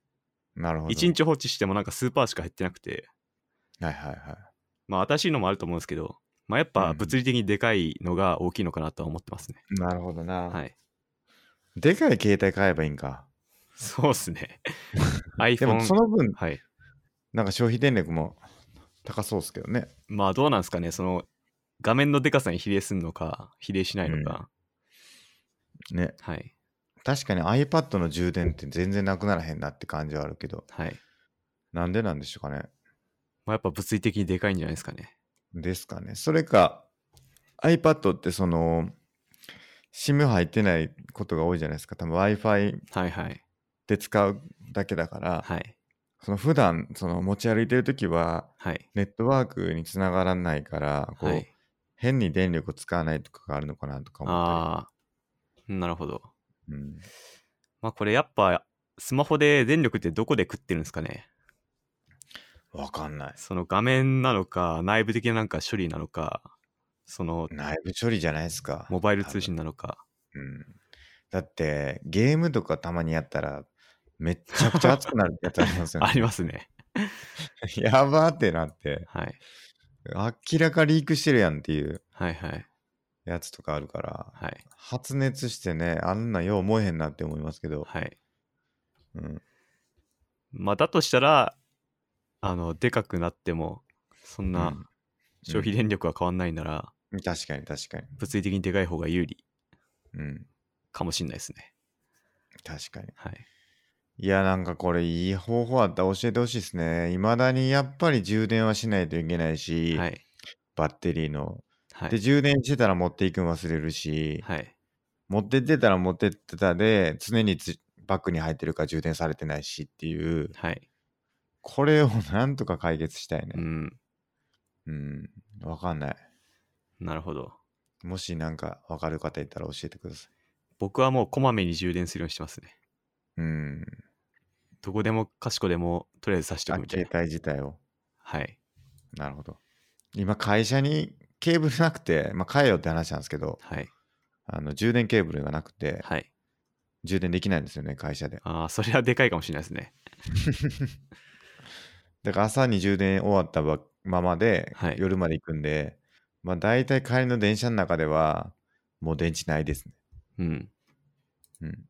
Speaker 1: なるほど。
Speaker 2: 1日放置してもなんか数パーしか減ってなくて、
Speaker 1: はいはいはい。
Speaker 2: まあ、新しいのもあると思うんですけど、まあ、やっぱ物理的にでかいのが大きいのかなとは思ってますね。
Speaker 1: なるほどな。
Speaker 2: はい。
Speaker 1: でかい携帯買えばいいんか。
Speaker 2: そうです
Speaker 1: (laughs)
Speaker 2: ね。
Speaker 1: でも
Speaker 2: iPhone。
Speaker 1: その分、
Speaker 2: はい。
Speaker 1: なんか消費電力も高そうですけどね。
Speaker 2: まあ、どうなんですかね。その、画面のでかさに比例するのか、比例しないのか。
Speaker 1: ね。
Speaker 2: はい。
Speaker 1: 確かに iPad の充電って全然なくならへんなって感じはあるけど、
Speaker 2: はい。
Speaker 1: なんでなんでしょうかね。
Speaker 2: まあ、やっぱ物理的にでかいんじゃないですかね。
Speaker 1: ですかね。それか iPad ってその SIM 入ってないことが多いじゃないですか。多分 Wi-Fi
Speaker 2: はいはい。
Speaker 1: で使うだけだから、
Speaker 2: はい。
Speaker 1: その普段その持ち歩いてるときは
Speaker 2: はい。
Speaker 1: ネットワークにつながらないから、こう、
Speaker 2: はい、
Speaker 1: 変に電力を使わないとかがあるのかなとか思っ
Speaker 2: ああ。なるほど。
Speaker 1: たり、うん
Speaker 2: まあ、これやっぱ、スマホで電力ってどこで食ってるんですかね。
Speaker 1: わかんない。
Speaker 2: その画面なのか、内部的ななんか処理なのか、その、
Speaker 1: 内部処理じゃないですか。
Speaker 2: モバイル通信なのか。
Speaker 1: 多分。うん、だってゲームとかたまにやったらめっちゃくちゃ熱くなるやつありますよ
Speaker 2: (laughs) あ
Speaker 1: ね。
Speaker 2: りますね。
Speaker 1: (laughs) やばーってなって。
Speaker 2: はい。
Speaker 1: 明らかリークしてるやんっていう
Speaker 2: はいはい。
Speaker 1: やつとかあるから、
Speaker 2: はい。
Speaker 1: 発熱してね、あんなんよう思えへんなって思いますけど、
Speaker 2: はい。
Speaker 1: うん、
Speaker 2: まあ、だとしたら、あの、でかくなっても、そん
Speaker 1: う
Speaker 2: なん消費電力は変わんないなら、
Speaker 1: 確かに確かに。
Speaker 2: 物理的にでかい方が有利
Speaker 1: うん、
Speaker 2: かもしんないですね。
Speaker 1: 確かに。
Speaker 2: はい。
Speaker 1: いや、なんかこれいい方法あったら教えてほしいですね。いまだにやっぱり充電はしないといけないし、
Speaker 2: はい。
Speaker 1: バッテリーの。
Speaker 2: は
Speaker 1: で、
Speaker 2: い。
Speaker 1: 充電してたら持っていくの忘れるし、
Speaker 2: はい。
Speaker 1: 持ってってたら持ってってたで、常につバッグに入ってるから充電されてないしっていう、
Speaker 2: はい。
Speaker 1: これをなんとか解決したいね
Speaker 2: う。ん。
Speaker 1: うん、わ、かんない。
Speaker 2: なるほど。
Speaker 1: もしなんかわかる方いたら教えてください。
Speaker 2: 僕はもうこまめに充電するようにしてますね。
Speaker 1: うん、
Speaker 2: どこでもかしこでもとりあえずさしてお
Speaker 1: あ
Speaker 2: くみたい
Speaker 1: 携
Speaker 2: な。
Speaker 1: 帯自体を。
Speaker 2: はい。
Speaker 1: なるほど。今、会社にケーブルなくて、まあ、買えよって話なんですけど、
Speaker 2: はい。
Speaker 1: あの充電ケーブルがなくて、
Speaker 2: はい。
Speaker 1: 充電できないんですよね、会社で。
Speaker 2: ああ、それはでかいかもしれないですね。
Speaker 1: だから朝に充電終わったばままで、
Speaker 2: はい
Speaker 1: 夜まで行くんで、まあ、大体帰りの電車の中では、もう電池ないですね。
Speaker 2: うん。
Speaker 1: うん。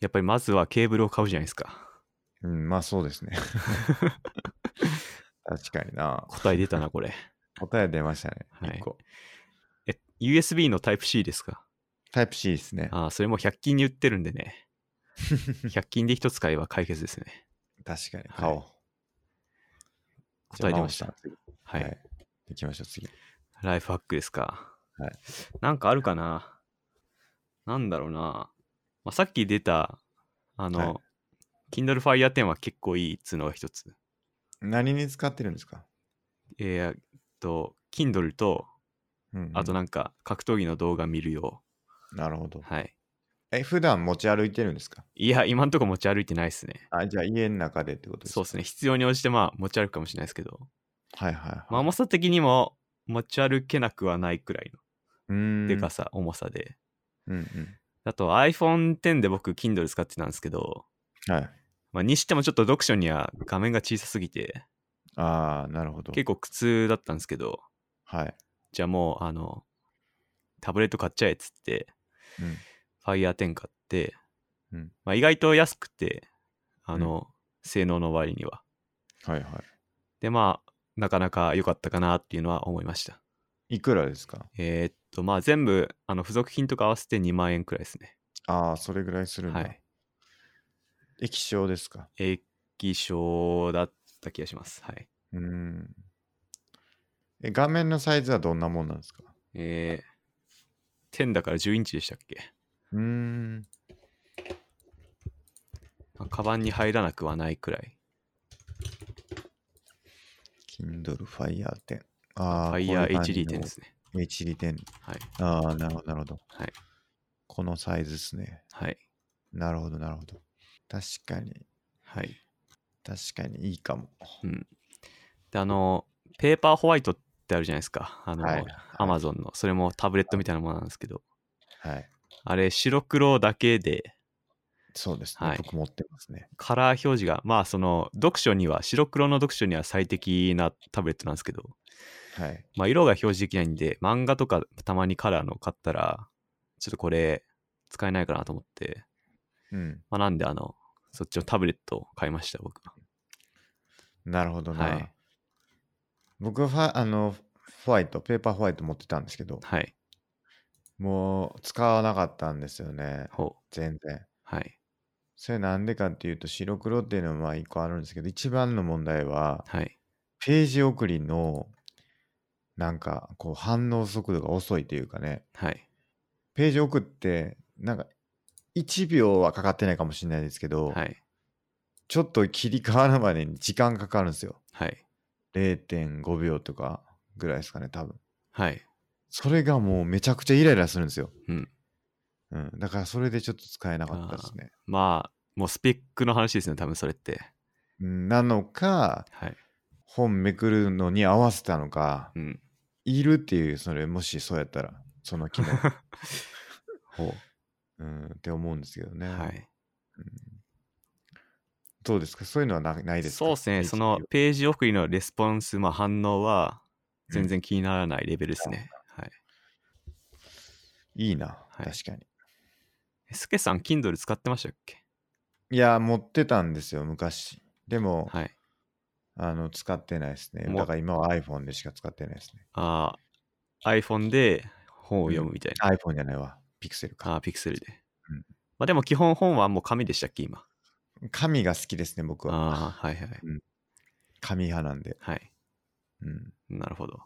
Speaker 2: やっぱりまずはケーブルを買うじゃないですか。
Speaker 1: うん、まあそうですね。
Speaker 2: (laughs)
Speaker 1: 確かにな。
Speaker 2: 答え出た
Speaker 1: (laughs)
Speaker 2: な、これ。
Speaker 1: 答え出ましたね。
Speaker 2: はい
Speaker 1: 一個
Speaker 2: え、USB の Type-C ですか
Speaker 1: タイプ C ですね。
Speaker 2: ああ、それも100均に売ってるんで
Speaker 1: (laughs)
Speaker 2: ね。100均で一つ買えば解決ですね。
Speaker 1: 確かに。
Speaker 2: はい
Speaker 1: 買おう。
Speaker 2: 答え出まし
Speaker 1: じ
Speaker 2: た
Speaker 1: ゃあ。真央さ
Speaker 2: は
Speaker 1: ん次はいい。。行きましょう、次。
Speaker 2: ライフハックですか。
Speaker 1: はい。
Speaker 2: なんかあるかななんだろうな。まあ、さっき出た、あの、
Speaker 1: はい
Speaker 2: Kindle Fire 10は結構いいっつうのが一つ。
Speaker 1: 何に使ってるんですか
Speaker 2: えーっと、Kindle と、
Speaker 1: うんうん
Speaker 2: あとなんか格闘技の動画見るよ
Speaker 1: なるほど
Speaker 2: う。。はい。
Speaker 1: え、普段持ち歩いてるんですか
Speaker 2: いや、今んとこ持ち歩いてないですね。
Speaker 1: あ、じゃあ家の中でってことです
Speaker 2: そう
Speaker 1: か
Speaker 2: ですね。必要に応じてまあ持ち歩くかもしれないですけど、
Speaker 1: はいはい
Speaker 2: まあ
Speaker 1: はい。
Speaker 2: 重さ的にも持ち歩けなくはないくらいの
Speaker 1: うーん
Speaker 2: でかさ、重さで。
Speaker 1: うんうん。
Speaker 2: あと iPhone X で僕 Kindle 使ってたんですけど、
Speaker 1: はい。
Speaker 2: まあ、にしてもちょっと読書には画面が小さすぎて、
Speaker 1: ああ、なるほど。
Speaker 2: 結構苦痛だったんですけど、
Speaker 1: はい。
Speaker 2: じゃあもうあの、タブレット買っちゃえっつって、
Speaker 1: うん。
Speaker 2: Fire10 買って、
Speaker 1: うん
Speaker 2: まあ、意外と安くて、あの、性能の割には。
Speaker 1: はいは
Speaker 2: で、まあ、なかなか良かったかなっていうのは思いました。
Speaker 1: い。いくらですか
Speaker 2: えーっと、まあ全部、あの、付属品とか合わせて2万円くらいですね。
Speaker 1: ああ、それぐらいするんだ。
Speaker 2: はい。
Speaker 1: 液晶ですか
Speaker 2: 液晶だった気がします。はい。
Speaker 1: うーん。え、画面のサイズはどんなもんなんですか
Speaker 2: えー、10だから10インチでしたっけ
Speaker 1: うーん。
Speaker 2: まあカバンに入らなくはないくらい。
Speaker 1: Kindle Fire 10。ああ、
Speaker 2: Fire
Speaker 1: 10
Speaker 2: HD10 ですね。
Speaker 1: HD10。
Speaker 2: はい。
Speaker 1: ああ、なるほど、なるほど。
Speaker 2: はい。
Speaker 1: このサイズですね。
Speaker 2: はい。
Speaker 1: なるほど、なるほど。確かに、
Speaker 2: はい。
Speaker 1: 確かにいいかも。
Speaker 2: うん。で、あの、ペーパーホワイトってあるじゃないですか。あの、
Speaker 1: はい
Speaker 2: アマゾンの。それもタブレットみたいなものなんですけど。
Speaker 1: はい。
Speaker 2: あれ、白黒だけで、
Speaker 1: そうですね。
Speaker 2: はい
Speaker 1: 僕持ってますね。
Speaker 2: カラー表示が、まあ、その、読書には、白黒の読書には最適なタブレットなんですけど、
Speaker 1: はい。
Speaker 2: まあ、色が表示できないんで、漫画とかたまにカラーの買ったら、ちょっとこれ、使えないかなと思って、
Speaker 1: うん。
Speaker 2: まあ、なんで、あの、そっちのタブレットを買いました、僕は。
Speaker 1: なるほどな。
Speaker 2: はい
Speaker 1: 僕はファ、あの、ホワイト、ペーパーホワイト持ってたんですけど、
Speaker 2: はい。
Speaker 1: もう使わなかったんですよね。
Speaker 2: ほう。
Speaker 1: 全然。
Speaker 2: はい。
Speaker 1: それなんでかっていうと、白黒っていうのはまあ一個あるんですけど、一番の問題は、
Speaker 2: はい。
Speaker 1: ページ送りの、なんか、こう、反応速度が遅いというかね、
Speaker 2: はい。
Speaker 1: ページ送って、なんか、1秒はかかってないかもしれないですけど、
Speaker 2: はい。
Speaker 1: ちょっと切り替わるまでに時間かかるんですよ。
Speaker 2: はい。
Speaker 1: 0.5秒とかぐらいですかね、多分。
Speaker 2: はい。
Speaker 1: それがもうめちゃくちゃイライラするんですよ。
Speaker 2: うん。
Speaker 1: うん。だからそれでちょっと使えなかったですね。
Speaker 2: まあ、もうスペックの話ですね、多分それって。
Speaker 1: うんなのか、
Speaker 2: はい。
Speaker 1: 本めくるのに合わせたのか、
Speaker 2: うん。
Speaker 1: いるっていう、それ、もしそうやったら、その機能。
Speaker 2: (laughs) ほ
Speaker 1: うん、って思うんですけど
Speaker 2: う。
Speaker 1: ね。
Speaker 2: はい。
Speaker 1: どうですかそういうのはなないですか
Speaker 2: そうですね、そのページ送りのレスポンス、まあ、反応は全然気にならないレベルですね。はい。
Speaker 1: いいな、
Speaker 2: はい
Speaker 1: 確かに。
Speaker 2: スケさん、Kindle 使ってましたっけ
Speaker 1: いや、持ってたんですよ、昔。でも、
Speaker 2: はい。
Speaker 1: あの使ってないですね。
Speaker 2: もう
Speaker 1: だから今は iPhone でしか使ってないですね。
Speaker 2: あー iPhone で本を読むみたいな。
Speaker 1: iPhone じゃないわ。ピクセル
Speaker 2: あ
Speaker 1: か。
Speaker 2: ーピクセルで。
Speaker 1: うん
Speaker 2: まあ、でも基本本はもう紙でしたっけ、今。
Speaker 1: 紙が好きですね、僕は。
Speaker 2: ああー、はいはい。
Speaker 1: 紙派なんで。
Speaker 2: はい。
Speaker 1: うん。
Speaker 2: なるほど。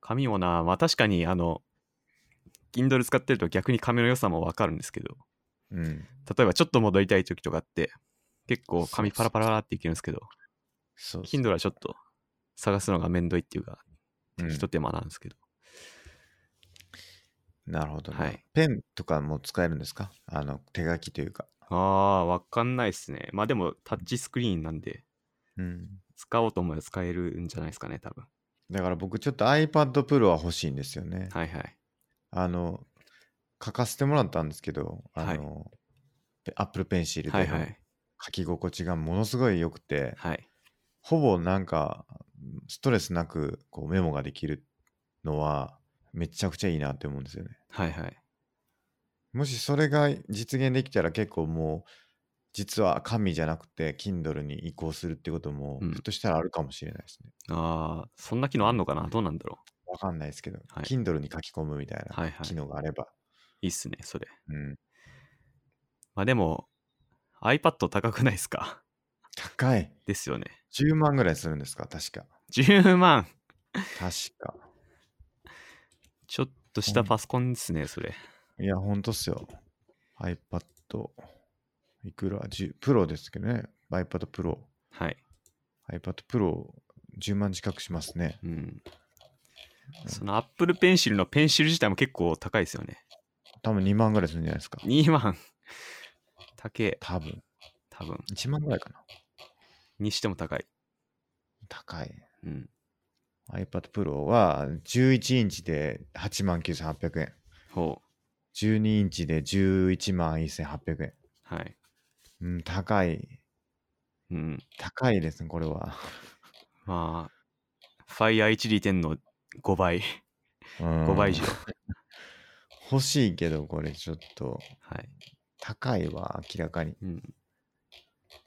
Speaker 2: 紙もな、まあ確かに、あの、Kindle 使ってると逆に紙の良さもわかるんですけど、
Speaker 1: うん。
Speaker 2: 例えばちょっと戻りたい時とかって、結構紙
Speaker 1: そう
Speaker 2: パ
Speaker 1: そう
Speaker 2: ラパラっていけるんですけど、
Speaker 1: そうそう。
Speaker 2: Kindle はちょっと探すのがめんどいっていうか、
Speaker 1: うん
Speaker 2: ひと手間なんですけど。
Speaker 1: なるほどね、
Speaker 2: はい
Speaker 1: ペンとかも使えるんですかあの、手書きというか。
Speaker 2: ああ、わかんないっすね。まあでもタッチスクリーンなんで、
Speaker 1: うん。
Speaker 2: 使おうと思えば使えるんじゃないですかね、多分。
Speaker 1: だから僕ちょっと iPad Pro は欲しいんですよね。
Speaker 2: はいはい。
Speaker 1: あの、書かせてもらったんですけど、あ
Speaker 2: はい
Speaker 1: の、ペ Apple Pencil
Speaker 2: はい
Speaker 1: で
Speaker 2: は
Speaker 1: の
Speaker 2: い。
Speaker 1: 書き心地がものすごい良くて、
Speaker 2: はい。
Speaker 1: ほぼなんか、ストレスなくこうメモができるのは、めちゃくちゃいいなって思うんですよね。
Speaker 2: はいはい。
Speaker 1: もしそれが実現できたら結構もう実は紙じゃなくて Kindle に移行するってことも
Speaker 2: うん
Speaker 1: ひょっとしたらあるかもしれないですね。
Speaker 2: ああ、そんな機能あんのかなどうなんだろ
Speaker 1: わ、かんないですけど、
Speaker 2: はい
Speaker 1: Kindle に書き込むみたい
Speaker 2: はい
Speaker 1: な
Speaker 2: はい
Speaker 1: 機能があれば。
Speaker 2: ういいっすね、それ。
Speaker 1: うん、
Speaker 2: まあでも、iPad 高くないですか
Speaker 1: 高い
Speaker 2: ですよね。
Speaker 1: !10 万ぐらいするんですか確か。
Speaker 2: 10万
Speaker 1: 確か。
Speaker 2: ちょっとしたパソコンですね、それ。
Speaker 1: いや、ほんとっすよ。iPad、いくら ?10、プロですけどね。iPad Pro。
Speaker 2: はい。
Speaker 1: iPad Pro、10万近くしますね。
Speaker 2: うん。その Apple Pencil のペンシル自体も結構高いですよね。
Speaker 1: 多分2万ぐらいするんじゃないですか。
Speaker 2: 2万高え、
Speaker 1: 多分。
Speaker 2: 多分。
Speaker 1: 1万ぐらいかな。
Speaker 2: にしても高い。
Speaker 1: 高い。
Speaker 2: うん。
Speaker 1: iPad Pro は11インチで8万9800円。
Speaker 2: ほ
Speaker 1: 12インチで11万1800円。
Speaker 2: う。はい。
Speaker 1: うん、高い。
Speaker 2: うん。
Speaker 1: 高いですね、これは。
Speaker 2: まあ、Fire 1D10 の5倍、
Speaker 1: 5
Speaker 2: 5倍以上。
Speaker 1: 欲しいけど、これちょっと、
Speaker 2: はい。
Speaker 1: 高いわ、明らかに。
Speaker 2: うん。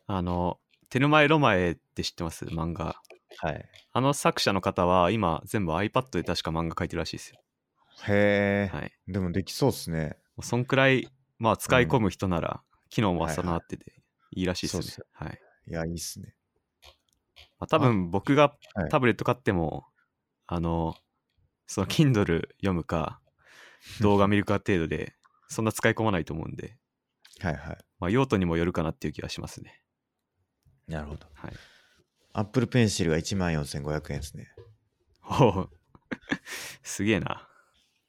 Speaker 2: あの、テルマエロマエって知ってます漫画。
Speaker 1: はい。
Speaker 2: あの作者の方は今全部 iPad で確か漫画描いてるらしいですよ。
Speaker 1: へえ、
Speaker 2: はい。
Speaker 1: でもできそうっすね。
Speaker 2: もうそんくらい、まあ使い込む人なら、機能も
Speaker 1: はいはい
Speaker 2: 備わってていいらしいですよね。
Speaker 1: そう
Speaker 2: はい。
Speaker 1: いや、いいっすね。
Speaker 2: まあ、多分僕が
Speaker 1: はい
Speaker 2: タブレット買っても、あの、その Kindle 読むか、動画見るか程度で、そんな使い込まないと思うんで、
Speaker 1: はいはい。
Speaker 2: まあ用途にもよるかなっていう気がしますね。
Speaker 1: なるほど。
Speaker 2: はい。
Speaker 1: Apple Pencil が1万4500円ですね。
Speaker 2: ほう。 (laughs) すげえな。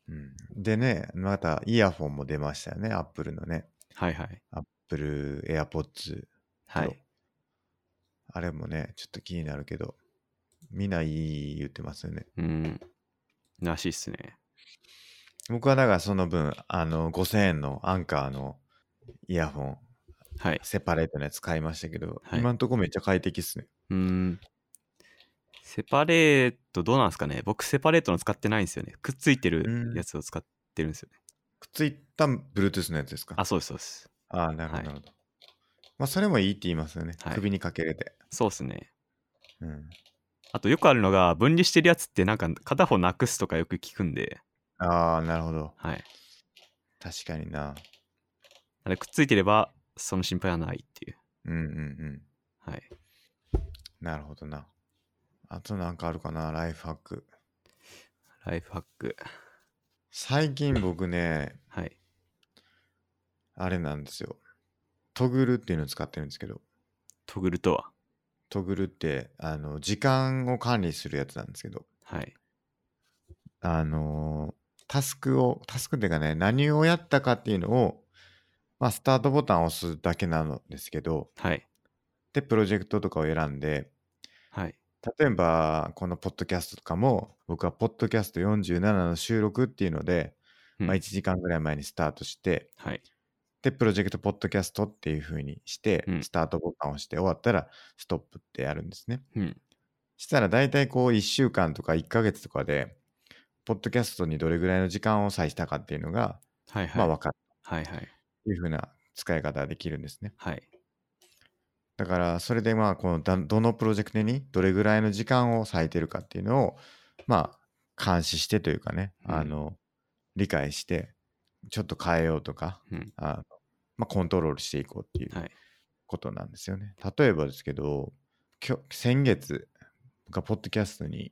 Speaker 1: うん。でね、またイヤホンも出ましたよね、Apple のね。
Speaker 2: はいはい。
Speaker 1: Apple AirPods
Speaker 2: は
Speaker 1: け
Speaker 2: い
Speaker 1: ど。あれもね、ちょっと気になるけど、みんないい言ってますよね。
Speaker 2: うん。らしいっすね。
Speaker 1: 僕はだからその分、あの、5000円のアンカーのイヤホン、
Speaker 2: はい。
Speaker 1: セパレートのやつ買いましたけど、
Speaker 2: はい
Speaker 1: 今んとこめっちゃ快適っすね。
Speaker 2: うーん。セパレートどうなんですかね僕セパレートの使ってないんですよね。くっついてるやつを使ってるんですよね。
Speaker 1: くっついた Bluetooth のやつですか
Speaker 2: あ、そうです、そうです。
Speaker 1: ああ、なるほど、
Speaker 2: はい
Speaker 1: なるほど。まあ、それもいいって言いますよね。
Speaker 2: はい
Speaker 1: 首にかけれて。
Speaker 2: そうですね。
Speaker 1: うん。
Speaker 2: あとよくあるのが分離してるやつってなんか片方なくすとかよく聞くんで、
Speaker 1: ああ、なるほど。
Speaker 2: はい。
Speaker 1: 確かにな。
Speaker 2: なのでくっついてればその心配はないっていう。
Speaker 1: うんうんうん。
Speaker 2: はい。
Speaker 1: なるほどな。あとなんかあるかな、ライフハック。
Speaker 2: ライフハック。
Speaker 1: 最近僕ね、
Speaker 2: はい。
Speaker 1: あれなんですよ。トグルっていうのを使ってるんですけど、
Speaker 2: トグルとは。
Speaker 1: トグルって、あの、時間を管理するやつなんですけど、
Speaker 2: はい。
Speaker 1: あのータスクを、タスクっていうかね、何をやったかっていうのを、まあ、スタートボタンを押すだけなんですけど、
Speaker 2: はい。
Speaker 1: で、プロジェクトとかを選んで、
Speaker 2: はい。
Speaker 1: 例えば、このポッドキャストとかも、僕はポッドキャスト47の収録っていうので、
Speaker 2: うん
Speaker 1: まあ、1時間ぐらい前にスタートして、
Speaker 2: はい。
Speaker 1: で、プロジェクトポッドキャストっていう風にして
Speaker 2: う、ん
Speaker 1: スタートボタンを押して終わったら、ストップってやるんですね。
Speaker 2: うん。
Speaker 1: したら大体こう1週間とか1ヶ月とかで、ポッドキャストにどれぐらいの時間を割いたかっていうのが、
Speaker 2: はいはい。
Speaker 1: まあ分かる
Speaker 2: はいはい。
Speaker 1: という風な使い方ができるんですね。
Speaker 2: はい。
Speaker 1: だから、それでまあ、このだどのプロジェクトにどれぐらいの時間を割いてるかっていうのを、まあ、監視してというかね、
Speaker 2: うん
Speaker 1: あの、理解して、ちょっと変えようとか、
Speaker 2: うん
Speaker 1: あのまあ、コントロールしていこうっていう
Speaker 2: はい
Speaker 1: ことなんですよね。例えばですけど、きょ先月、僕はポッドキャストに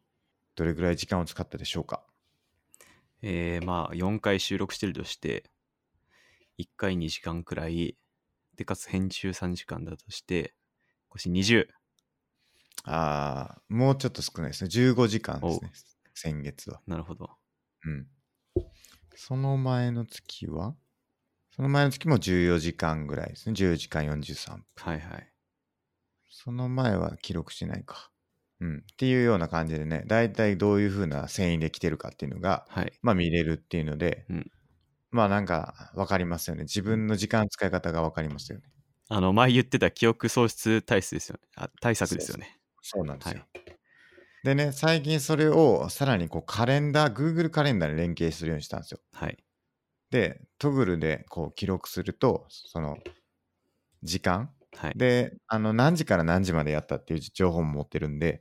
Speaker 1: どれぐらい時間を使ったでしょうか
Speaker 2: えー、まあ4回収録してるとして1回2時間くらいでかつ編集3時間だとして腰20
Speaker 1: ああ、もうちょっと少ないですね。15時間ですね。先月は。
Speaker 2: なるほど
Speaker 1: うん。その前の月はその前の月も14時間ぐらいですね。14時間43分。
Speaker 2: はいはい
Speaker 1: その前は記録しないか。うん。っていうような感じでね、大体どういう風な繊維で来てるかっていうのが、
Speaker 2: はい
Speaker 1: まあ見れるっていうので、
Speaker 2: うん
Speaker 1: まあなんか分かりますよね。自分の時間使い方が分かりますよね。
Speaker 2: あの前言ってた記憶喪失体質ですよねあ対策ですよね
Speaker 1: そうなんですよ。
Speaker 2: は
Speaker 1: でね、最近それをさらにこうカレンダー、Google カレンダーに連携するようにしたんですよ。
Speaker 2: はい
Speaker 1: で、トグルでこう記録すると、その時間
Speaker 2: はい
Speaker 1: で、あの何時から何時までやったっていう情報も持ってるんで、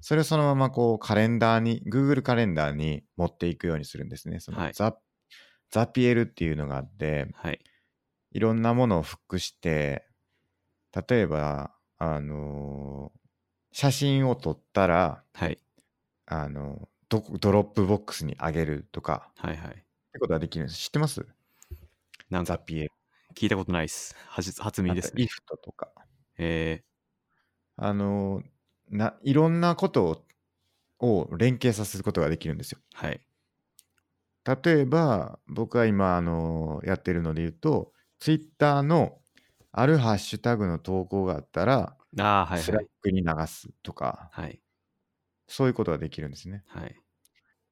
Speaker 1: それをそのままこうカレンダーに、Google カレンダーに持っていくようにするんですね。その
Speaker 2: はい
Speaker 1: ザ,、ザピエルっていうのがあって、
Speaker 2: はい
Speaker 1: いろんなものをフックして、例えば、あのー写真を撮ったら、
Speaker 2: はい
Speaker 1: あのどこドロップボックスにあげるとか、
Speaker 2: はいはい
Speaker 1: ってことができるんです。知ってます
Speaker 2: なん
Speaker 1: ザ
Speaker 2: か
Speaker 1: ピエル。
Speaker 2: 聞いたことないっす初初耳です
Speaker 1: あとイ
Speaker 2: ね
Speaker 1: フトとか。
Speaker 2: え
Speaker 1: あのないろんなことをを連携させることができるんですよ。
Speaker 2: ー、はい
Speaker 1: 例えば僕は今あのやってるので言うと Twitter のあるハッシュタグの投稿があったら、
Speaker 2: ああはい
Speaker 1: ス
Speaker 2: は
Speaker 1: ラッ
Speaker 2: い
Speaker 1: クに流すとか
Speaker 2: はい
Speaker 1: そういうことができるんですね。
Speaker 2: はい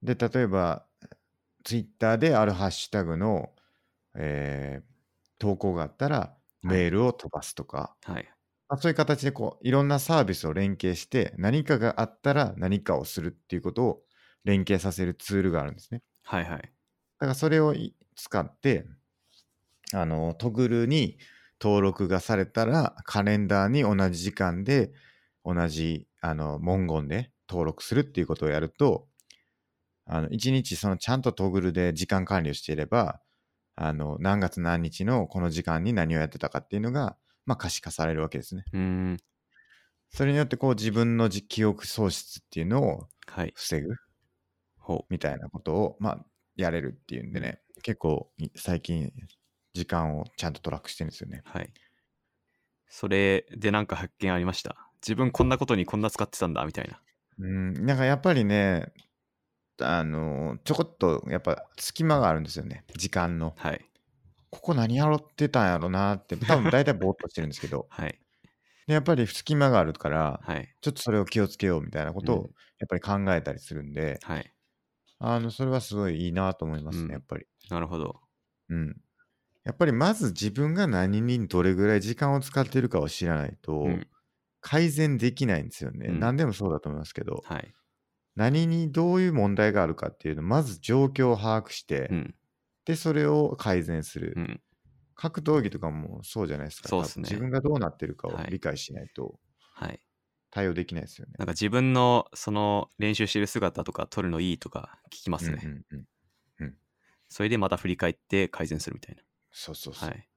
Speaker 1: で例えば Twitter であるハッシュタグの、えー投稿があったらメールを飛ばすとか、
Speaker 2: はい
Speaker 1: まあ、そういう形でこういろんなサービスを連携して何かがあったら何かをするっていうことを連携させるツールがあるんですね。
Speaker 2: はいはい
Speaker 1: だからそれをい使ってあのトグルに登録がされたらカレンダーに同じ時間で同じあの文言で登録するっていうことをやるとあの一日そのちゃんとトグルで時間管理をしていればあの何月何日のこの時間に何をやってたかっていうのが、まあ、可視化されるわけですね。
Speaker 2: うーん
Speaker 1: それによってこう自分のじ記憶喪失っていうのを
Speaker 2: はい
Speaker 1: 防ぐ
Speaker 2: ほ
Speaker 1: みたいなことを、まあ、やれるっていうんでね、結構い最近時間をちゃんとトラックしてるんですよね。
Speaker 2: うはいそれでなんか発見ありました自分こんなことにこんな使ってたんだみたいな
Speaker 1: うん、なんかやっぱりね、あの、ちょこっとやっぱ隙間があるんですよね、時間の。
Speaker 2: はい、
Speaker 1: ここ何やろってたんやろなって、多分大体ぼーっとしてるんですけど (laughs)
Speaker 2: はい
Speaker 1: でやっぱり隙間があるから、
Speaker 2: はい
Speaker 1: ちょっとそれを気をつけようみたいなこと
Speaker 2: う
Speaker 1: を
Speaker 2: ん
Speaker 1: やっぱり考えたりするんで、
Speaker 2: はい
Speaker 1: あの、それはすごいいいなと思いますね、
Speaker 2: うん
Speaker 1: やっぱり。
Speaker 2: なるほど
Speaker 1: うん。やっぱりまず自分が何にどれぐらい時間を使ってるかを知らないと
Speaker 2: うん
Speaker 1: 改善できないんですよね。
Speaker 2: うん
Speaker 1: 何でもそうだと思いますけど、
Speaker 2: はい
Speaker 1: 何にどういう問題があるかっていうのをまず状況を把握して、
Speaker 2: うん
Speaker 1: で、それを改善する。
Speaker 2: うん
Speaker 1: 格闘技とかもそうじゃないですか。
Speaker 2: そうっす
Speaker 1: 多
Speaker 2: ね
Speaker 1: 分自分がどうなってるかを
Speaker 2: はい
Speaker 1: 理解しないと
Speaker 2: はい
Speaker 1: 対応できないですよね。
Speaker 2: なんか自分のその練習してる姿とか撮るのいいとか聞きますね、
Speaker 1: うんうんうん
Speaker 2: それでまた振り返って改善するみたい
Speaker 1: そうそうそ
Speaker 2: な
Speaker 1: う、
Speaker 2: はい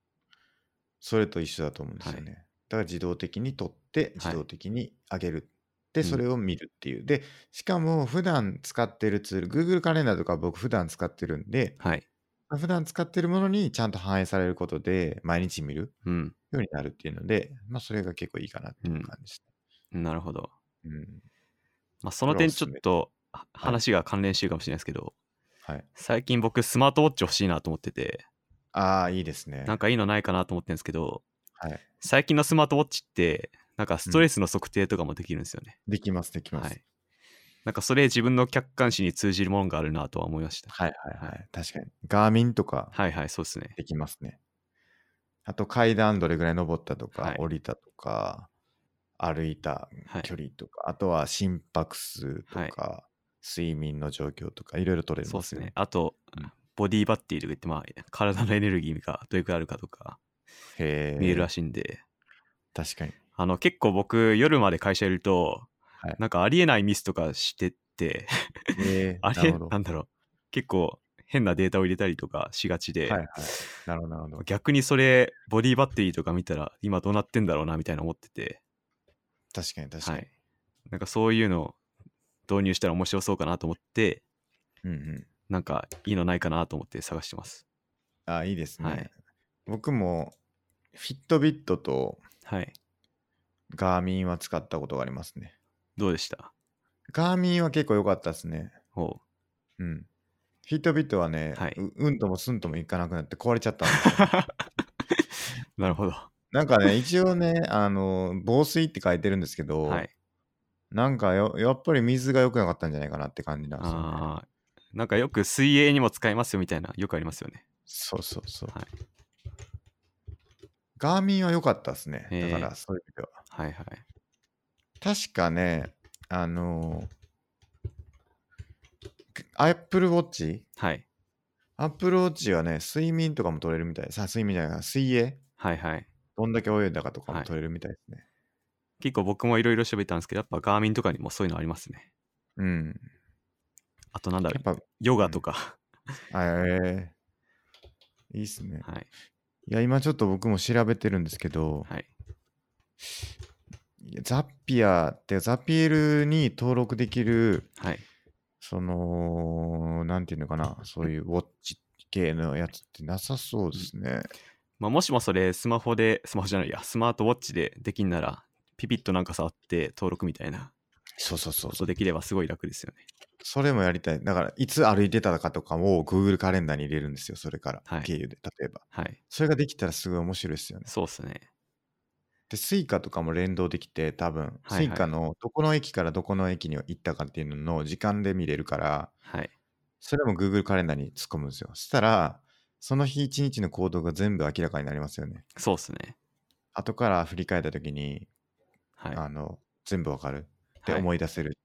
Speaker 1: それと一緒だと思うんですよね。だから自動的に取って、自動的に上げる。
Speaker 2: う
Speaker 1: で、
Speaker 2: ん
Speaker 1: それを見るっていう。で、しかも普段使ってるツール、Google カレンダーとか僕普段使ってるんで、
Speaker 2: はい
Speaker 1: 普段使ってるものにちゃんと反映されることで、毎日見る
Speaker 2: うん
Speaker 1: ようになるっていうので、まあ、それが結構いいかなっていう感じです
Speaker 2: なるほど
Speaker 1: ね。うん。
Speaker 2: まあその点ちょっとはい話が関連してるかもしれないですけど、
Speaker 1: はい。
Speaker 2: 最近僕スマートウォッチ欲しいなと思ってて
Speaker 1: ああ、いいですね。
Speaker 2: なんかいいのないかなと思ってるんですけど
Speaker 1: はい。
Speaker 2: 最近のスマートウォッチってなんかストレスの測定とかもできるんですよね、
Speaker 1: できます、できま
Speaker 2: は
Speaker 1: す。
Speaker 2: いなんかそれ自分の客観視に通じるものがあるなとは思いました
Speaker 1: はい、はい、はいはい確かに。ガーミンとか
Speaker 2: はいはいそうですね
Speaker 1: できますね。あと階段どれぐらい登ったとか、
Speaker 2: はい
Speaker 1: 降りたとか、歩いた
Speaker 2: はい
Speaker 1: 距離とか、あとは心拍数とか、睡眠の状況とか、いろいろ取れる
Speaker 2: そ
Speaker 1: ま
Speaker 2: うです
Speaker 1: すよ
Speaker 2: ね。。あと、
Speaker 1: うん
Speaker 2: ボディバッティとか言って、まあ、体のエネルギーがどれくらいあるかとか
Speaker 1: へえ。
Speaker 2: 見えるらしいんで、
Speaker 1: 確かに。
Speaker 2: あの、結構僕、夜まで会社いると、
Speaker 1: はい
Speaker 2: なんかありえないミスとかしてって、 (laughs)
Speaker 1: へえ
Speaker 2: あ
Speaker 1: な
Speaker 2: りえ
Speaker 1: るほど
Speaker 2: な。んだろう、結構変なデータを入れたりとかしがちで、
Speaker 1: はいはい。なるほど、なるほど。
Speaker 2: 逆にそれボディバッテリーとか見たら今どうなってんだろうなみたいな思ってて、
Speaker 1: 確かに確か
Speaker 2: は
Speaker 1: に。
Speaker 2: い、なんかそういうの導入したら面白そうかなと思って
Speaker 1: うんうん。
Speaker 2: なんかいいのないかなと思って探してます
Speaker 1: あ、いいですね。
Speaker 2: はい
Speaker 1: 僕も、フィットビットと
Speaker 2: はい
Speaker 1: ガーミンは使ったことがありますね。
Speaker 2: どうでした
Speaker 1: ガーミンは結構良かったですね。
Speaker 2: ほう
Speaker 1: う
Speaker 2: (laughs)
Speaker 1: ん。フィットビットはね、
Speaker 2: はいう
Speaker 1: うんともすんともいかなくなって壊れちゃったんです
Speaker 2: (laughs)
Speaker 1: よ
Speaker 2: なるほど
Speaker 1: なんかね、一応ね、あの、防水って書いてるんですけど、
Speaker 2: はい
Speaker 1: なんかよやっぱり水が良くなかったんじゃないかなって感じなんですよ、ね。
Speaker 2: あーなんかよく水泳にも使えますよみたいなよくありますよね
Speaker 1: そうそうそう。
Speaker 2: はい
Speaker 1: ガーミンは良かったですね。
Speaker 2: へー
Speaker 1: だから、そういう意味では。
Speaker 2: はいはい
Speaker 1: 確かね、あのアップルウォッチ
Speaker 2: はい
Speaker 1: アップルウォッチはね、睡眠とかも取れるみたい。さ、睡眠じゃないか、水泳
Speaker 2: はいはい
Speaker 1: どんだけ泳いだかとか
Speaker 2: は
Speaker 1: も
Speaker 2: い
Speaker 1: 取れるみたいですね。
Speaker 2: 結構僕もいろいろ調べたんですけどやっぱガーミンとかにもそういうのありますね
Speaker 1: うん。
Speaker 2: あとなんだろ
Speaker 1: やっ
Speaker 2: う
Speaker 1: ぱ、
Speaker 2: ヨガとか、
Speaker 1: あえーいいっすね。
Speaker 2: はい
Speaker 1: いや、今ちょっと僕も調べてるんですけど、
Speaker 2: はい
Speaker 1: いやザピアってザピエルに登録できる、
Speaker 2: はい
Speaker 1: その、なんていうのかな、そういうウォッチ系のやつってなさそうですね。
Speaker 2: まあ、もしもそれスマホでスマホじゃないやスマートウォッチでできんならピピッとなんか触って登録みたいな
Speaker 1: そうそうそう
Speaker 2: こ
Speaker 1: そ
Speaker 2: と
Speaker 1: う。
Speaker 2: できればすごい楽ですよね
Speaker 1: それもやりたい。だから、いつ歩いてたかとかを Google カレンダーに入れるんですよ、それから、
Speaker 2: はい
Speaker 1: 経由で、例えば。
Speaker 2: はい
Speaker 1: それができたらすごい面白いですよね。
Speaker 2: そうっすね
Speaker 1: で、Suica とかも連動できて、多分、
Speaker 2: はいはい
Speaker 1: Suica のどこの駅からどこの駅に行ったかっていうのの時間で見れるから、
Speaker 2: はい
Speaker 1: それも Google カレンダーに突っ込むんですよ。したら、その日一日の行動が全部明らかになりますよね。
Speaker 2: そうっすね
Speaker 1: 後から振り返った時に、
Speaker 2: はい
Speaker 1: あの、全部わかるって
Speaker 2: はい
Speaker 1: 思い出せる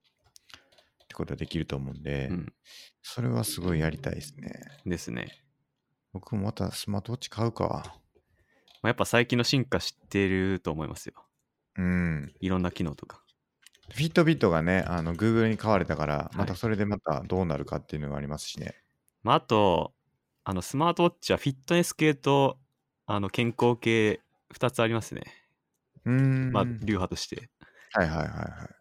Speaker 1: ってことができると思うんで、
Speaker 2: うん、
Speaker 1: それはすごいやりたいですね。
Speaker 2: ですね、
Speaker 1: 僕もまたスマートウォッチ買うか。
Speaker 2: まあ、やっぱ最近の進化知ってると思いますよ
Speaker 1: うん。
Speaker 2: いろんな機能とか
Speaker 1: フィットビットがね、あの、Google に買われたから、
Speaker 2: い
Speaker 1: またそれでまたどうなるかっていうのがありますしね。
Speaker 2: まあ、あと、あのスマートウォッチはフィットネス系とあの健康系2つありますね。
Speaker 1: うーん。
Speaker 2: まあ、
Speaker 1: はい
Speaker 2: 流派として。
Speaker 1: はいはいはい。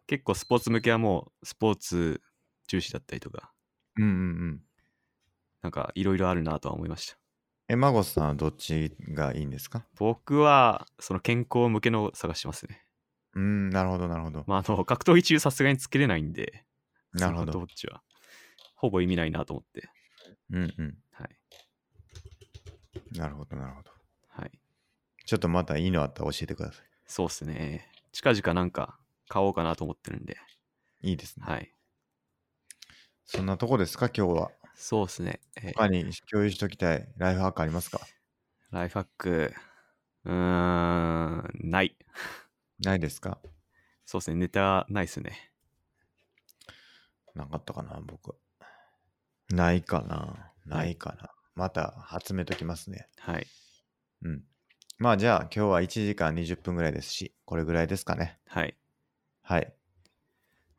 Speaker 2: 結構スポーツ向けはもうスポーツ重視だったりとか、
Speaker 1: うんうんうん。
Speaker 2: なんかいろいろあるなとは思いました。
Speaker 1: え、マゴスさんはどっちがいいんですか
Speaker 2: 僕はその健康向けのを探してますね。
Speaker 1: うーん、なるほどなるほど。
Speaker 2: まあ、あの格闘技中さすがにつけれないんで、
Speaker 1: なるほ
Speaker 2: スマートウ
Speaker 1: ど。
Speaker 2: ォッチは。ほぼ意味ないなと思って。
Speaker 1: うんうん。
Speaker 2: はい。
Speaker 1: なるほどなるほど。
Speaker 2: はい。
Speaker 1: ちょっとまたいいのあったら教えてくださ
Speaker 2: そうっすね。近々なんか買おうかなと思ってるんで。
Speaker 1: い。いいですね。
Speaker 2: はい。
Speaker 1: そんなとこですか今日は。
Speaker 2: そうっすね。えー
Speaker 1: 他に共有しておきたいライフハックありますか
Speaker 2: ライフハック、うーん、ない。
Speaker 1: ないですか
Speaker 2: そうですね、ネタないですね。
Speaker 1: なかったかな僕。ないかなないかなまた集めときますね。
Speaker 2: はい。
Speaker 1: うん。まあじゃあ今日は1時間20分ぐらいですし、これぐらいですかね。
Speaker 2: はい。
Speaker 1: はい。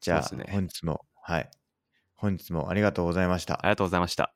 Speaker 1: じゃあ
Speaker 2: そうですね
Speaker 1: 本日も、はい。本日もありがとうございました
Speaker 2: あ。りがとうございました。